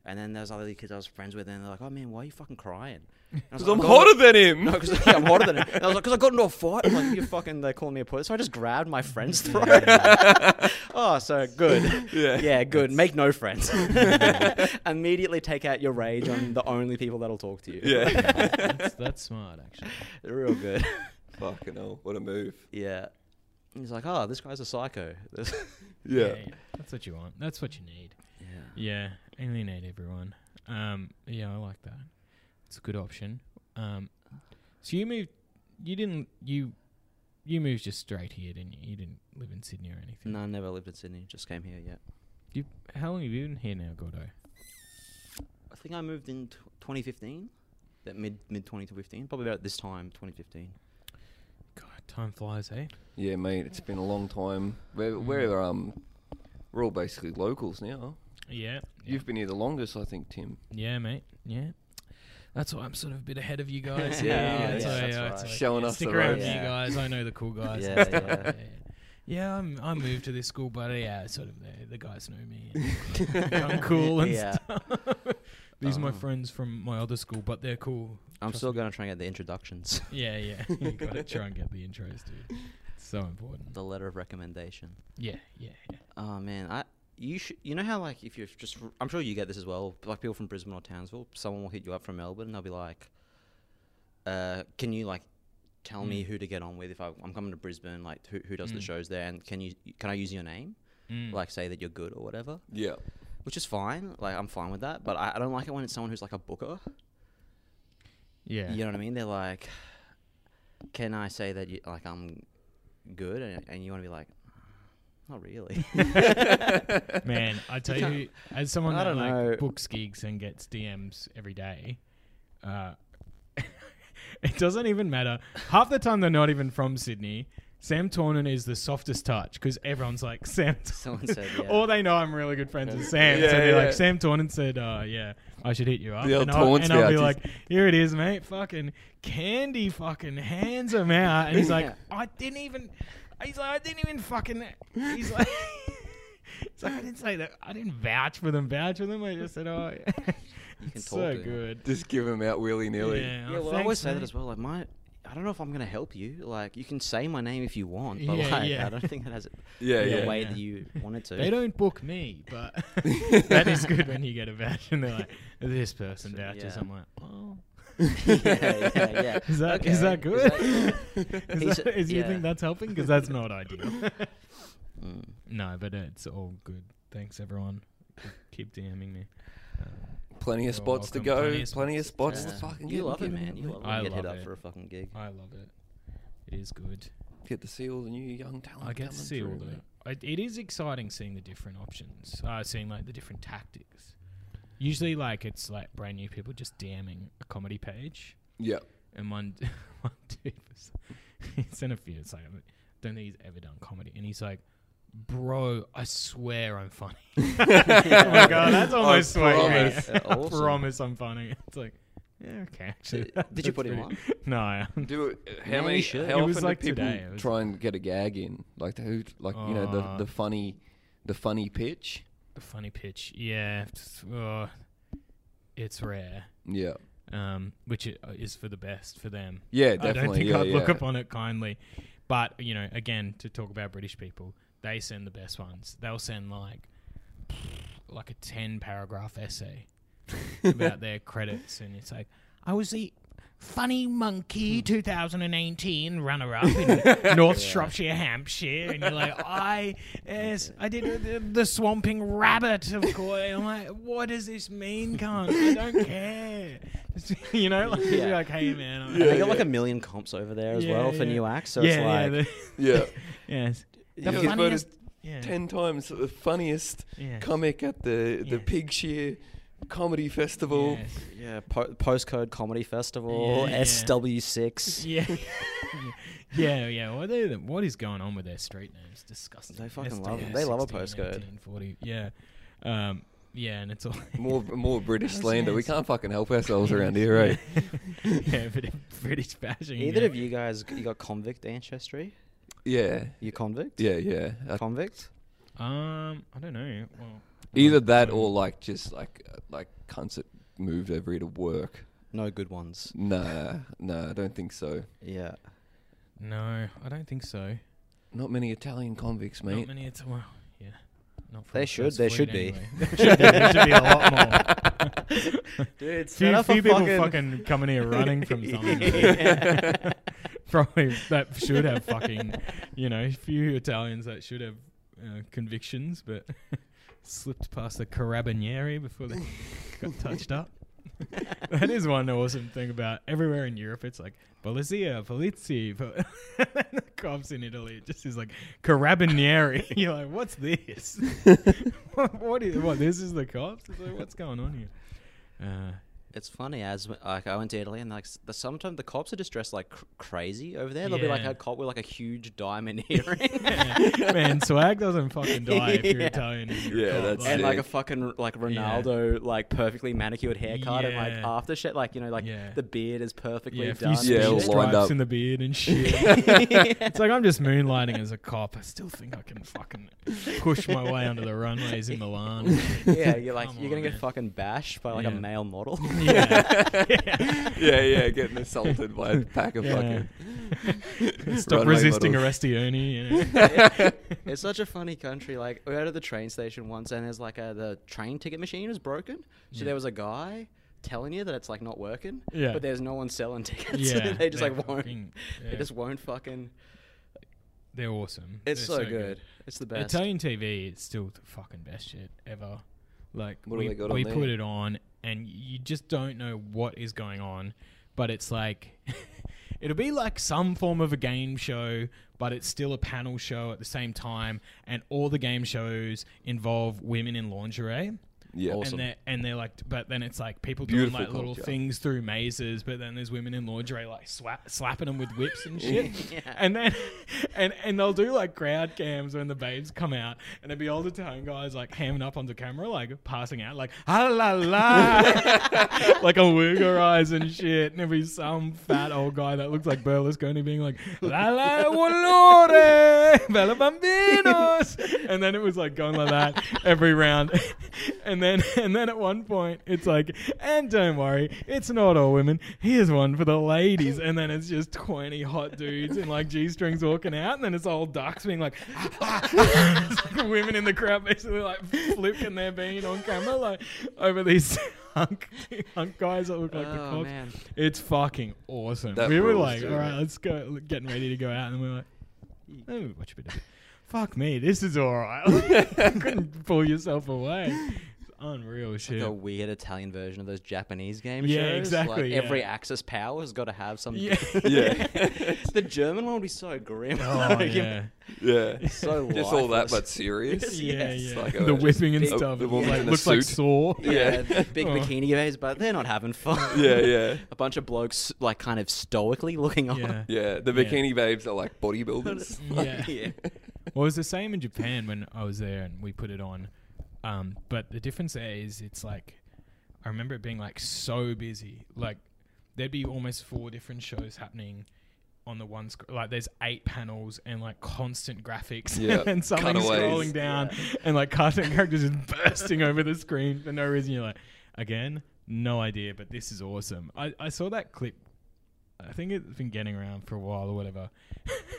S3: and then there's other kids I was friends with, and they're like, "Oh man, why are you fucking crying?" And I was
S1: Because
S3: like,
S1: I'm
S3: "I got
S1: hotter than him.
S3: No, because yeah, I'm hotter than him. And I was like, because I got into a fight. I'm like, you fucking, they're calling me a pussy. So I just grabbed my friend's throat. oh, so good.
S1: Yeah.
S3: Yeah, good. Make no friends. Immediately take out your rage on the only people that'll talk to you.
S1: Yeah.
S2: that's, that's smart, actually.
S3: Real good.
S1: Fucking hell, what a move.
S3: Yeah. He's like, oh, this guy's a psycho. This-
S1: Yeah.
S2: That's what you want. That's what you need.
S3: yeah.
S2: Yeah, alienate everyone. Um, yeah, I like that. It's a good option. Um, so you moved. You didn't. You you moved just straight here, didn't you? You didn't live in Sydney or anything.
S3: No, I never lived in Sydney. Just came here yet.
S2: You, how long have you been here now, Gordo?
S3: I think I moved in t- 2015. That mid mid 2015, probably about this time 2015.
S2: God, time flies, eh?
S1: Yeah, mate, it's been a long time. We're, we're, um, we're all basically locals now.
S2: Yeah.
S1: You've been here the longest, I think, Tim.
S2: Yeah, mate. Yeah. That's why I'm sort of a bit ahead of you guys.
S1: Yeah, yeah,
S2: that's
S1: yeah,
S2: why,
S3: that's
S2: uh,
S3: right.
S2: it's like,
S1: Showing
S2: yeah,
S1: us
S2: stick
S1: the
S2: around,
S1: ropes.
S2: you
S3: Yeah.
S2: guys. I know the cool guys.
S3: Yeah,
S2: and stuff.
S3: yeah.
S2: yeah. Yeah, I'm, I moved to this school, but yeah, sort of the, the guys know me. and I'm cool and
S3: Yeah.
S2: stuff. These are my
S3: Oh.
S2: friends from my other school, but they're cool.
S3: I'm
S2: Trust
S3: still
S2: me.
S3: going to try and get the introductions,
S2: Yeah, yeah. you got to try and get the intros, dude. It's so important.
S3: the letter of recommendation.
S2: Yeah, yeah, yeah.
S3: Oh man, I you should you know how like if you're just I'm sure you get this as well. Like people from Brisbane or Townsville, someone will hit you up from Melbourne and they'll be like, uh, "Can you like tell me
S2: Mm.
S3: who to get on with if I, I'm coming to Brisbane? Like who who does the
S2: Mm.
S3: shows there? And can you can I use your name?
S2: Mm.
S3: Like say that you're good or whatever,
S1: Yeah.
S3: which is fine. Like I'm fine with that, but I, I don't like it when it's someone who's like a booker.
S2: yeah.
S3: You know what I mean? They're like, "Can I say that you like I'm good?" And, and you want to be like, "Not really."
S2: Man, I tell
S3: can't-
S2: you, as someone that
S3: I don't
S2: like
S3: know.
S2: books gigs and gets DMs every day, uh, it doesn't even matter. Half the time they're not even from Sydney. Sam Tornan is the softest touch because everyone's like Sam.
S3: Someone
S2: Tornan."
S3: said, yeah.
S2: or they know I'm really good friends with Sam,
S1: Yeah,
S2: so they're
S1: yeah.
S2: like Sam Tornan said, uh, "Yeah, I should hit you up."
S1: The old
S2: and I'll,
S1: Torns
S2: and I'll be
S1: vouchers.
S2: like, "Here it is, mate. Fucking Candy, fucking hands him out," and he's like,
S3: Yeah.
S2: "I didn't even." He's like, "I didn't even fucking." He's like. It's like I didn't say that. I didn't vouch for them. Vouch for them. I just said, "Oh, yeah.
S3: You can
S2: It's
S3: talk
S2: so
S3: to them.
S2: good."
S1: Just give them out willy nilly.
S2: Yeah,
S3: Yeah, well, I
S2: thanks,
S3: always say that
S2: mate.
S3: as well. Like my, I don't know if I'm gonna help you. Like you can say my name if you want, but
S2: Yeah,
S3: like
S2: yeah.
S3: I don't think that has it
S1: Yeah,
S3: the
S1: yeah.
S3: way
S2: yeah.
S3: that you wanted to.
S2: They don't book me, but that is good when you get a vouch and they're like, "This person
S3: So,
S2: vouches."
S3: yeah.
S2: I'm like, "Oh."
S3: yeah, yeah, yeah.
S2: Is that is that
S3: Okay, is
S2: good?
S3: that
S2: Is
S3: He's-
S2: that- is you
S3: yeah.
S2: think that's helping? Because that's not ideal.
S3: Mm.
S2: no, but it's all good. Thanks everyone. Keep DMing me. Um,
S1: Plenty
S2: You're
S1: of spots to
S2: welcome.
S1: go.
S2: Plenty
S1: Plenty
S2: of
S1: of,
S2: spots.
S1: spots to
S3: Yeah.
S1: fucking get.
S3: You love it,
S1: get 'em
S3: man.
S1: out,
S3: You
S1: mate.
S3: love it.
S2: I
S3: when you get hit
S2: love
S3: up
S2: it.
S3: for a fucking gig.
S2: I love it. It is good.
S1: Get to see all the new young talent.
S2: I get to
S1: coming
S2: see all
S1: through,
S2: the.
S1: mate.
S2: I- It is exciting seeing the different options. Uh, seeing like the different tactics. Usually, like it's like brand new people just DMing a comedy page,
S1: Yeah.
S2: and one one dude was he sent a few. It's like I don't think he's ever done comedy, and he's like, "Bro, I swear I'm funny." oh my god, that's
S1: I
S2: almost sweet.
S1: promise.
S2: I
S3: Awesome.
S2: promise I'm funny. It's like, yeah, okay. Actually,
S3: Did- did you
S2: that's
S3: put him
S2: pretty- No, I haven't.
S1: Do it. How
S3: Yeah,
S1: many?
S3: you should.
S1: How
S2: It
S1: often
S2: was
S1: do
S2: like
S1: people
S2: today, it was-
S1: try and get a gag in? Like the who? Like you know
S2: Uh,
S1: the the funny, the funny pitch.
S2: the funny pitch. Yeah, it's, uh, it's rare,
S1: Yeah.
S2: um, which i- is for the best for them.
S1: Yeah.
S2: I
S1: Definitely.
S2: don't think
S1: yeah,
S2: I'd
S1: yeah.
S2: look upon it kindly, but you know, again, to talk about British people, they send the best ones. They'll send like like a ten paragraph essay about their credits, and it's like, I was the funny
S1: Hmm.
S2: monkey 2018 runner up in North Shropshire, Hampshire, and you're like, I yes, I did the, the swamping rabbit, of course. I'm like, what does this mean, cunt? I don't care. you know, like, you're
S3: Yeah.
S2: like, hey man, I'm
S3: And
S1: Yeah,
S3: they got like
S1: yeah.
S3: a million comps over there as
S2: Yeah,
S3: well for
S2: yeah.
S3: new acts. So it's
S2: yeah,
S3: like,
S1: Yeah.
S2: yeah, the, yes.
S1: Yeah.
S2: The
S1: He's
S2: funniest,
S1: voted
S2: yeah,
S1: Ten times the funniest
S2: yes,
S1: comic at the the
S2: Yes.
S1: Pigshear Comedy Festival.
S2: yes.
S3: yeah, po- postcode comedy festival,
S2: Yeah, yeah.
S3: SW6.
S2: Yeah. yeah, yeah. What, they, what is going on with their street names? Disgusting.
S3: They fucking
S2: SW,
S3: love it. They love a
S2: 16,
S3: postcode.
S2: 18, 40. Yeah. Um, yeah, and it's all.
S1: More more British
S2: Yes,
S1: slander. We
S2: yes.
S1: can't fucking help ourselves around here, right?
S2: yeah, but British bashing.
S3: Either
S2: yeah.
S3: of you guys, you got convict ancestry?
S1: Yeah.
S3: You convict?
S1: Yeah. Yeah.
S3: Uh,
S1: I
S3: Convict?
S2: Um, I don't know. Well,
S1: Either
S2: um,
S1: that or like just like uh, like cunts that moved over here to work.
S3: No good ones.
S1: No, no, I don't think so.
S3: Yeah.
S2: No, I don't think so.
S1: Not many Italian convicts,
S2: Not
S1: mate.
S2: many. It's well, yeah. Not from
S3: They
S2: the
S3: should-
S2: First
S3: they
S2: Fleet
S3: should be.
S2: anyway. there should be. There should be a lot more.
S3: Dude,
S2: Few, few people fucking... coming here running from something. Probably that should have fucking, you know, few Italians that should have uh, convictions, but slipped past the carabinieri before they got touched up. that is one awesome thing about everywhere in Europe. It's like polizia, polizia, po- the cops in Italy. It just is like carabinieri. You're like, what's this? what, what is what? This is the cops. It's like, what's going on here? Uh,
S3: It's funny as w- like I went to Italy and like s- the, sometimes the cops are just dressed like cr- crazy over there. They'll be like
S2: Yeah.
S3: a cop with like a huge diamond earring
S2: Man, swag doesn't fucking die if you're
S3: Yeah.
S2: Italian. and you're
S1: Yeah,
S2: caught,
S1: that's
S3: and
S1: it.
S3: like a fucking like Ronaldo like perfectly manicured haircut and like
S2: Yeah.
S3: after shit like you know like
S2: Yeah.
S3: the beard is perfectly
S2: yeah, a few
S3: done.
S1: Yeah, all
S2: speed
S1: lined up.
S2: stripes in the beard and shit. It's like I'm just moonlighting as a cop. I still think I can fucking push my way under the runways in Milan.
S3: yeah, you're like
S2: Come
S3: you're gonna
S2: on,
S3: get
S2: man.
S3: fucking bashed by like a
S2: Yeah.
S3: male model.
S2: Yeah.
S1: yeah, yeah, getting assaulted by a pack of
S2: yeah.
S1: fucking.
S2: Stop
S1: runway
S2: resisting
S1: models.
S2: Arrestioni. You know?
S3: it's such a funny country. Like we were at the train station once, and there's like a the train ticket machine was broken. So
S2: Yeah.
S3: there was a guy telling you that it's like not working.
S2: Yeah.
S3: But there's no one selling tickets.
S2: yeah.
S3: they just
S2: they're
S3: like won't.
S2: fucking-
S3: They
S2: yeah,
S3: just won't fucking.
S2: They're awesome.
S3: It's
S2: They're
S3: so, good. It's the best.
S2: Italian TV is still the fucking best shit ever. Like
S1: What do
S2: we,
S1: they got on
S2: we
S1: there?
S2: put it on and you just don't know what is going on, but it's like it'll be like some form of a game show, but it's still a panel show at the same time and all the game shows involve women in lingerie.
S1: Yeah.
S3: Awesome.
S2: And they're and they're like, but then it's like people
S1: Beautiful
S2: doing like little
S1: culture.
S2: things through mazes, but then there's women in lingerie like swa- slapping them with whips and shit,
S3: Yeah.
S2: and then and and they'll do like crowd cams when the babes come out, and there'll be older town guys like hamming up onto camera, like passing out, like ah la la, like a wooger eyes and shit, and there'll be some fat old guy that looks like Berlusconi being like la la onore, bella bambinos, and then it was like going like that every round. And then and then at one point it's like, and don't worry, it's not all women. Here's one for the ladies. And then it's just twenty hot dudes in like G strings walking out, and then it's old ducks being like, it's like women in the crowd basically like flipping their bean on camera like over these hunk, hunk guys that look like the
S3: Oh
S2: cops.
S3: man.
S2: It's fucking awesome.
S1: That
S2: we were
S1: rules,
S2: like,
S1: dude.
S2: all right, let's go, getting ready to go out, and we are like, let me watch a bit of it. Fuck me, this is all right. Couldn't pull yourself away. It's unreal shit.
S3: Like a weird Italian version of those Japanese game
S2: Yeah,
S3: shows. Like,
S2: exactly, yeah.
S3: Every Axis power has got to have some.
S2: yeah.
S1: yeah,
S3: the German one would be so grim.
S2: Oh,
S3: Like,
S2: yeah.
S1: yeah.
S3: So
S1: Just all that,
S3: lifeless.
S1: but serious.
S2: Yeah,
S3: Yes.
S2: yeah.
S1: Like a-
S2: uh, the whipping and
S1: a-
S2: stuff.
S1: the
S2: it's
S1: woman
S2: like,
S1: in a
S2: looks like
S1: suit.
S2: Saw.
S1: Yeah.
S3: Yeah, big
S2: Oh.
S3: bikini guys, but they're not having fun.
S1: yeah, yeah,
S3: a bunch of blokes like kind of stoically looking on.
S2: Yeah.
S1: yeah. The
S2: Yeah.
S1: bikini babes are like bodybuilders.
S2: Yeah.
S3: yeah.
S2: Well, it was the same in Japan when I was there and we put it on. Um, but the difference there is it's like, I remember it being like so busy. Like, there'd be almost four different shows happening on the one screen. Like, there's eight panels and like constant graphics
S1: Yeah.
S2: and then something
S1: Cutaways.
S2: scrolling down and like cartoon characters just bursting over the screen for no reason. You're like, again, no idea, but this is awesome. I, I saw that clip I think it's been getting around for a while or whatever.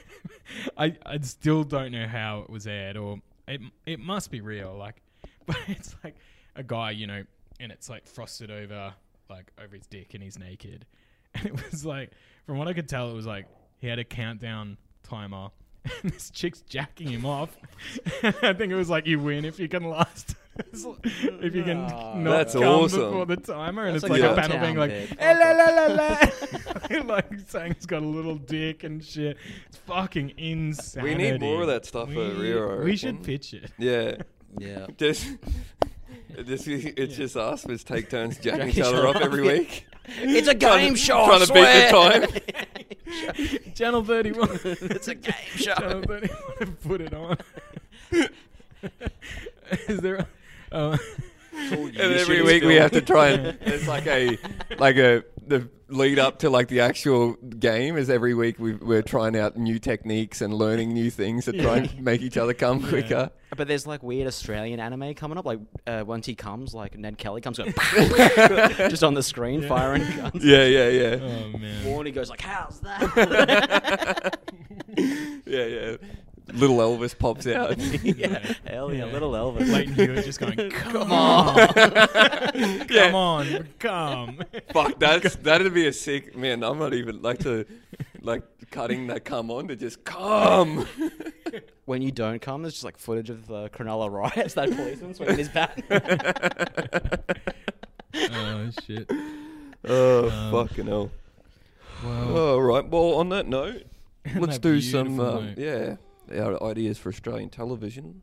S2: I I still don't know how it was aired or it it must be real. Like, but it's like a guy, you know, and it's like frosted over like over his dick and he's naked, and it was like from what I could tell, it was like he had a countdown timer. And this chick's jacking him off. I think it was like you win if you can last, if you can
S3: Nah.
S2: not
S1: That's
S2: come
S1: awesome.
S2: before the timer, and
S3: That's
S2: it's
S1: like
S2: like
S1: a
S2: a panel being
S3: town
S2: like,
S3: bit.
S2: "Eh, la la la la," like saying he's got a little dick and shit. It's fucking insane.
S1: We need more of that stuff
S2: we,
S1: for Rio. I
S2: We should
S1: reckon.
S2: pitch it.
S1: Yeah.
S3: Yeah.
S1: Just, just it's just us. We take turns jacking
S3: Jack
S1: each other up every
S3: yeah.
S1: week.
S3: It's a
S1: Trying to-
S3: game show.
S1: Trying
S3: I
S1: to beat
S3: swear.
S1: the time.
S2: Channel Thirty One.
S3: it's a game
S2: Channel
S3: show.
S2: Thirty One. Put it on. Is there? A, oh.
S1: and every week we have to try and it's like a like a the lead up to like the actual game is every week we we're trying out new techniques and learning new things to try and make each other come quicker.
S3: But there's like weird Australian anime coming up. Like uh, once he comes, like Ned Kelly comes, going just on the screen, firing guns.
S1: Yeah, yeah, yeah.
S2: Oh man.
S3: Warney goes like, "How's
S1: Oh.
S3: that?"
S1: Yeah, yeah. Little Elvis pops out.
S3: yeah, hell yeah,
S2: Yeah.
S3: little Elvis.
S2: Leighton Hewitt just going, come on, come on, come.
S1: Fuck, that's that'd be a sick man. I'm not even like to like cutting that come on to just come.
S3: When you don't come, there's just like footage of the Cronulla riots. That policeman swinging his bat.
S2: oh shit.
S1: oh
S2: Um,
S1: fucking hell!
S2: Well,
S1: All right. Well, on that note, let's
S2: um, that
S1: do some
S2: beautiful
S1: um,
S2: note.
S1: yeah our ideas for Australian television.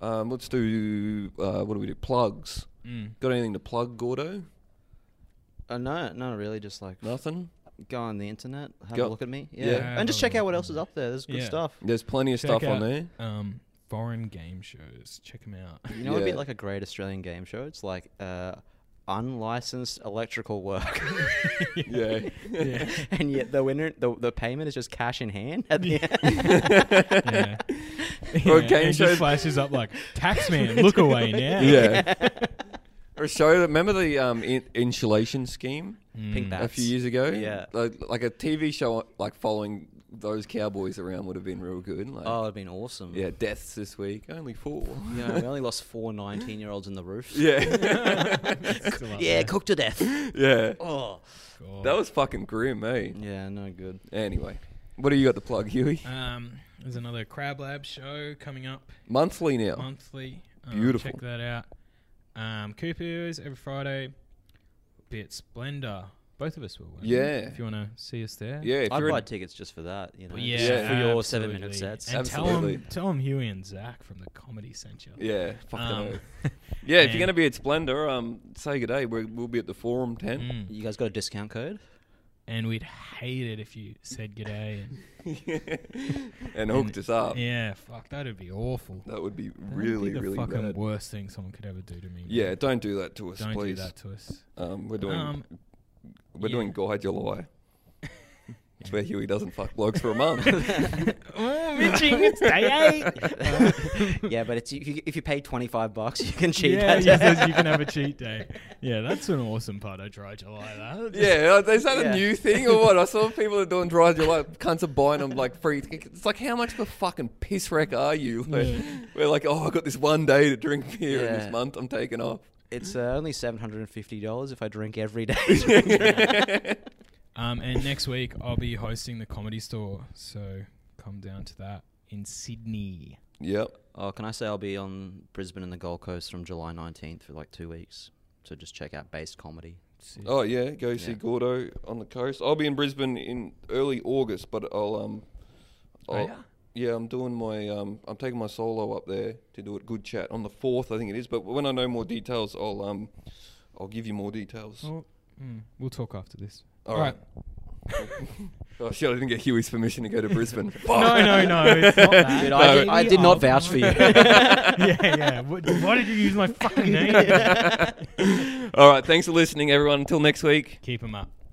S1: Um, let's do uh, what do we do? Plugs.
S2: mm.
S1: Got anything to plug, Gordo?
S3: Uh, no, no, really, just like
S1: Nothing.
S3: go on the internet, have
S1: Go-
S3: a look at me, yeah,
S1: Yeah.
S3: and just check out what else is up there. There's good
S2: Yeah.
S3: stuff.
S1: There's plenty of
S2: Check
S1: stuff on
S2: out-
S1: there.
S2: um, foreign game shows. Check them out.
S3: You know, it'd be
S1: Yeah.
S3: like a great Australian game show. It's like uh, unlicensed electrical work,
S1: Yeah.
S2: yeah.
S3: and yet the winner, the, the payment is just cash in hand at the end.
S2: yeah.
S1: Or a
S2: Yeah,
S1: game
S2: and it
S1: show-
S2: just flashes up like taxman, look away now.
S1: Yeah. Or show. Remember the um, in- insulation scheme?
S2: Mm.
S3: Pink
S1: a
S3: bats.
S1: few years ago.
S3: Yeah.
S1: like, like a TV show, like following those cowboys around would have been real good. Like,
S3: Oh, it'd been awesome.
S1: yeah, deaths this week, only four.
S3: You know, we only lost four 19 year olds in the roof.
S1: Yeah,
S2: Still up
S3: Yeah,
S2: there.
S3: cooked to death.
S1: yeah,
S3: Oh.
S2: God.
S1: that was fucking grim, eh?
S3: Yeah, no good.
S1: Anyway, what do you got to plug, Huey?
S2: Um, there's another Crab Lab show coming up
S1: Monthly now.
S2: monthly. Um,
S1: Oh. Beautiful.
S2: Check that out. Um, Cooper's every Friday. Bit Splendor. Both of us will. won't we?
S1: Yeah.
S2: If you want to see us there.
S1: Yeah, if
S3: I'd
S1: you're
S3: buy
S1: in,
S3: tickets just for that, you know.
S2: Well, yeah,
S3: just for your seven
S2: absolutely.
S3: minute sets.
S2: And
S1: Absolutely.
S2: tell them, tell them Huey and Zach from the Comedy Centre.
S1: yeah, fucking
S2: Um,
S1: hell. yeah. If
S2: man.
S1: you're gonna be at Splendor, um, say good day. We're, we'll be at the Forum tent.
S2: Mm.
S3: You guys got a discount code?
S2: and we'd hate it if you said g'day. And,
S1: and hooked us up.
S2: yeah, fuck, that'd be awful.
S1: That would Oh. be
S2: That'd
S1: really,
S2: be the
S1: really
S2: fucking
S1: bad.
S2: worst thing someone could ever do to me.
S1: Yeah, don't do that to us,
S2: don't
S1: please.
S2: do that to us.
S1: Um, we're doing
S2: Um,
S1: We're
S2: Yeah.
S1: doing Guy July. It's where Huey doesn't fuck blogs for a month.
S2: oh, bitching, it's day Uh, eight.
S3: yeah, but it's you, you, if you pay 25 bucks, you can cheat
S2: yeah,
S3: that.
S2: he says you can have a cheat day. Yeah, that's an awesome part. I try July that.
S1: yeah, is that
S3: Yeah.
S1: a new thing or what? I saw people are doing Dry July, cunts are buying them like free. tickets. It's like, how much of a fucking piss wreck are you? Like, We're like, oh, I got this one day to drink beer, and
S3: Yeah.
S1: this month I'm taking off.
S3: It's uh, only $750 if I drink every day.
S2: Um, and next week I'll be hosting the comedy store, so come down to that in Sydney.
S1: Yep.
S3: oh, can I say I'll be on Brisbane and the Gold Coast from July 19th for like two weeks? So just check out Based Comedy.
S2: Sydney.
S1: Oh yeah, go see
S3: Yeah.
S1: Gordo on the coast. I'll be in Brisbane in early August, but I'll um,
S2: Oh,
S1: I'll,
S2: yeah?
S1: yeah, I'm doing my um, I'm taking my solo up there to do it. Good chat on the fourth, I think it is. But when I know more details, I'll um, I'll give you more details.
S2: Oh, mm, we'll talk after this.
S1: All right. Oh shit, I didn't get Huey's permission to go to Brisbane. Fuck.
S2: No, no, no. It's not that.
S3: Dude, I, did, I did not vouch for you.
S2: yeah, yeah. What, why did you use my fucking name?
S1: All right, thanks for listening, everyone. Until next week.
S2: Keep him up.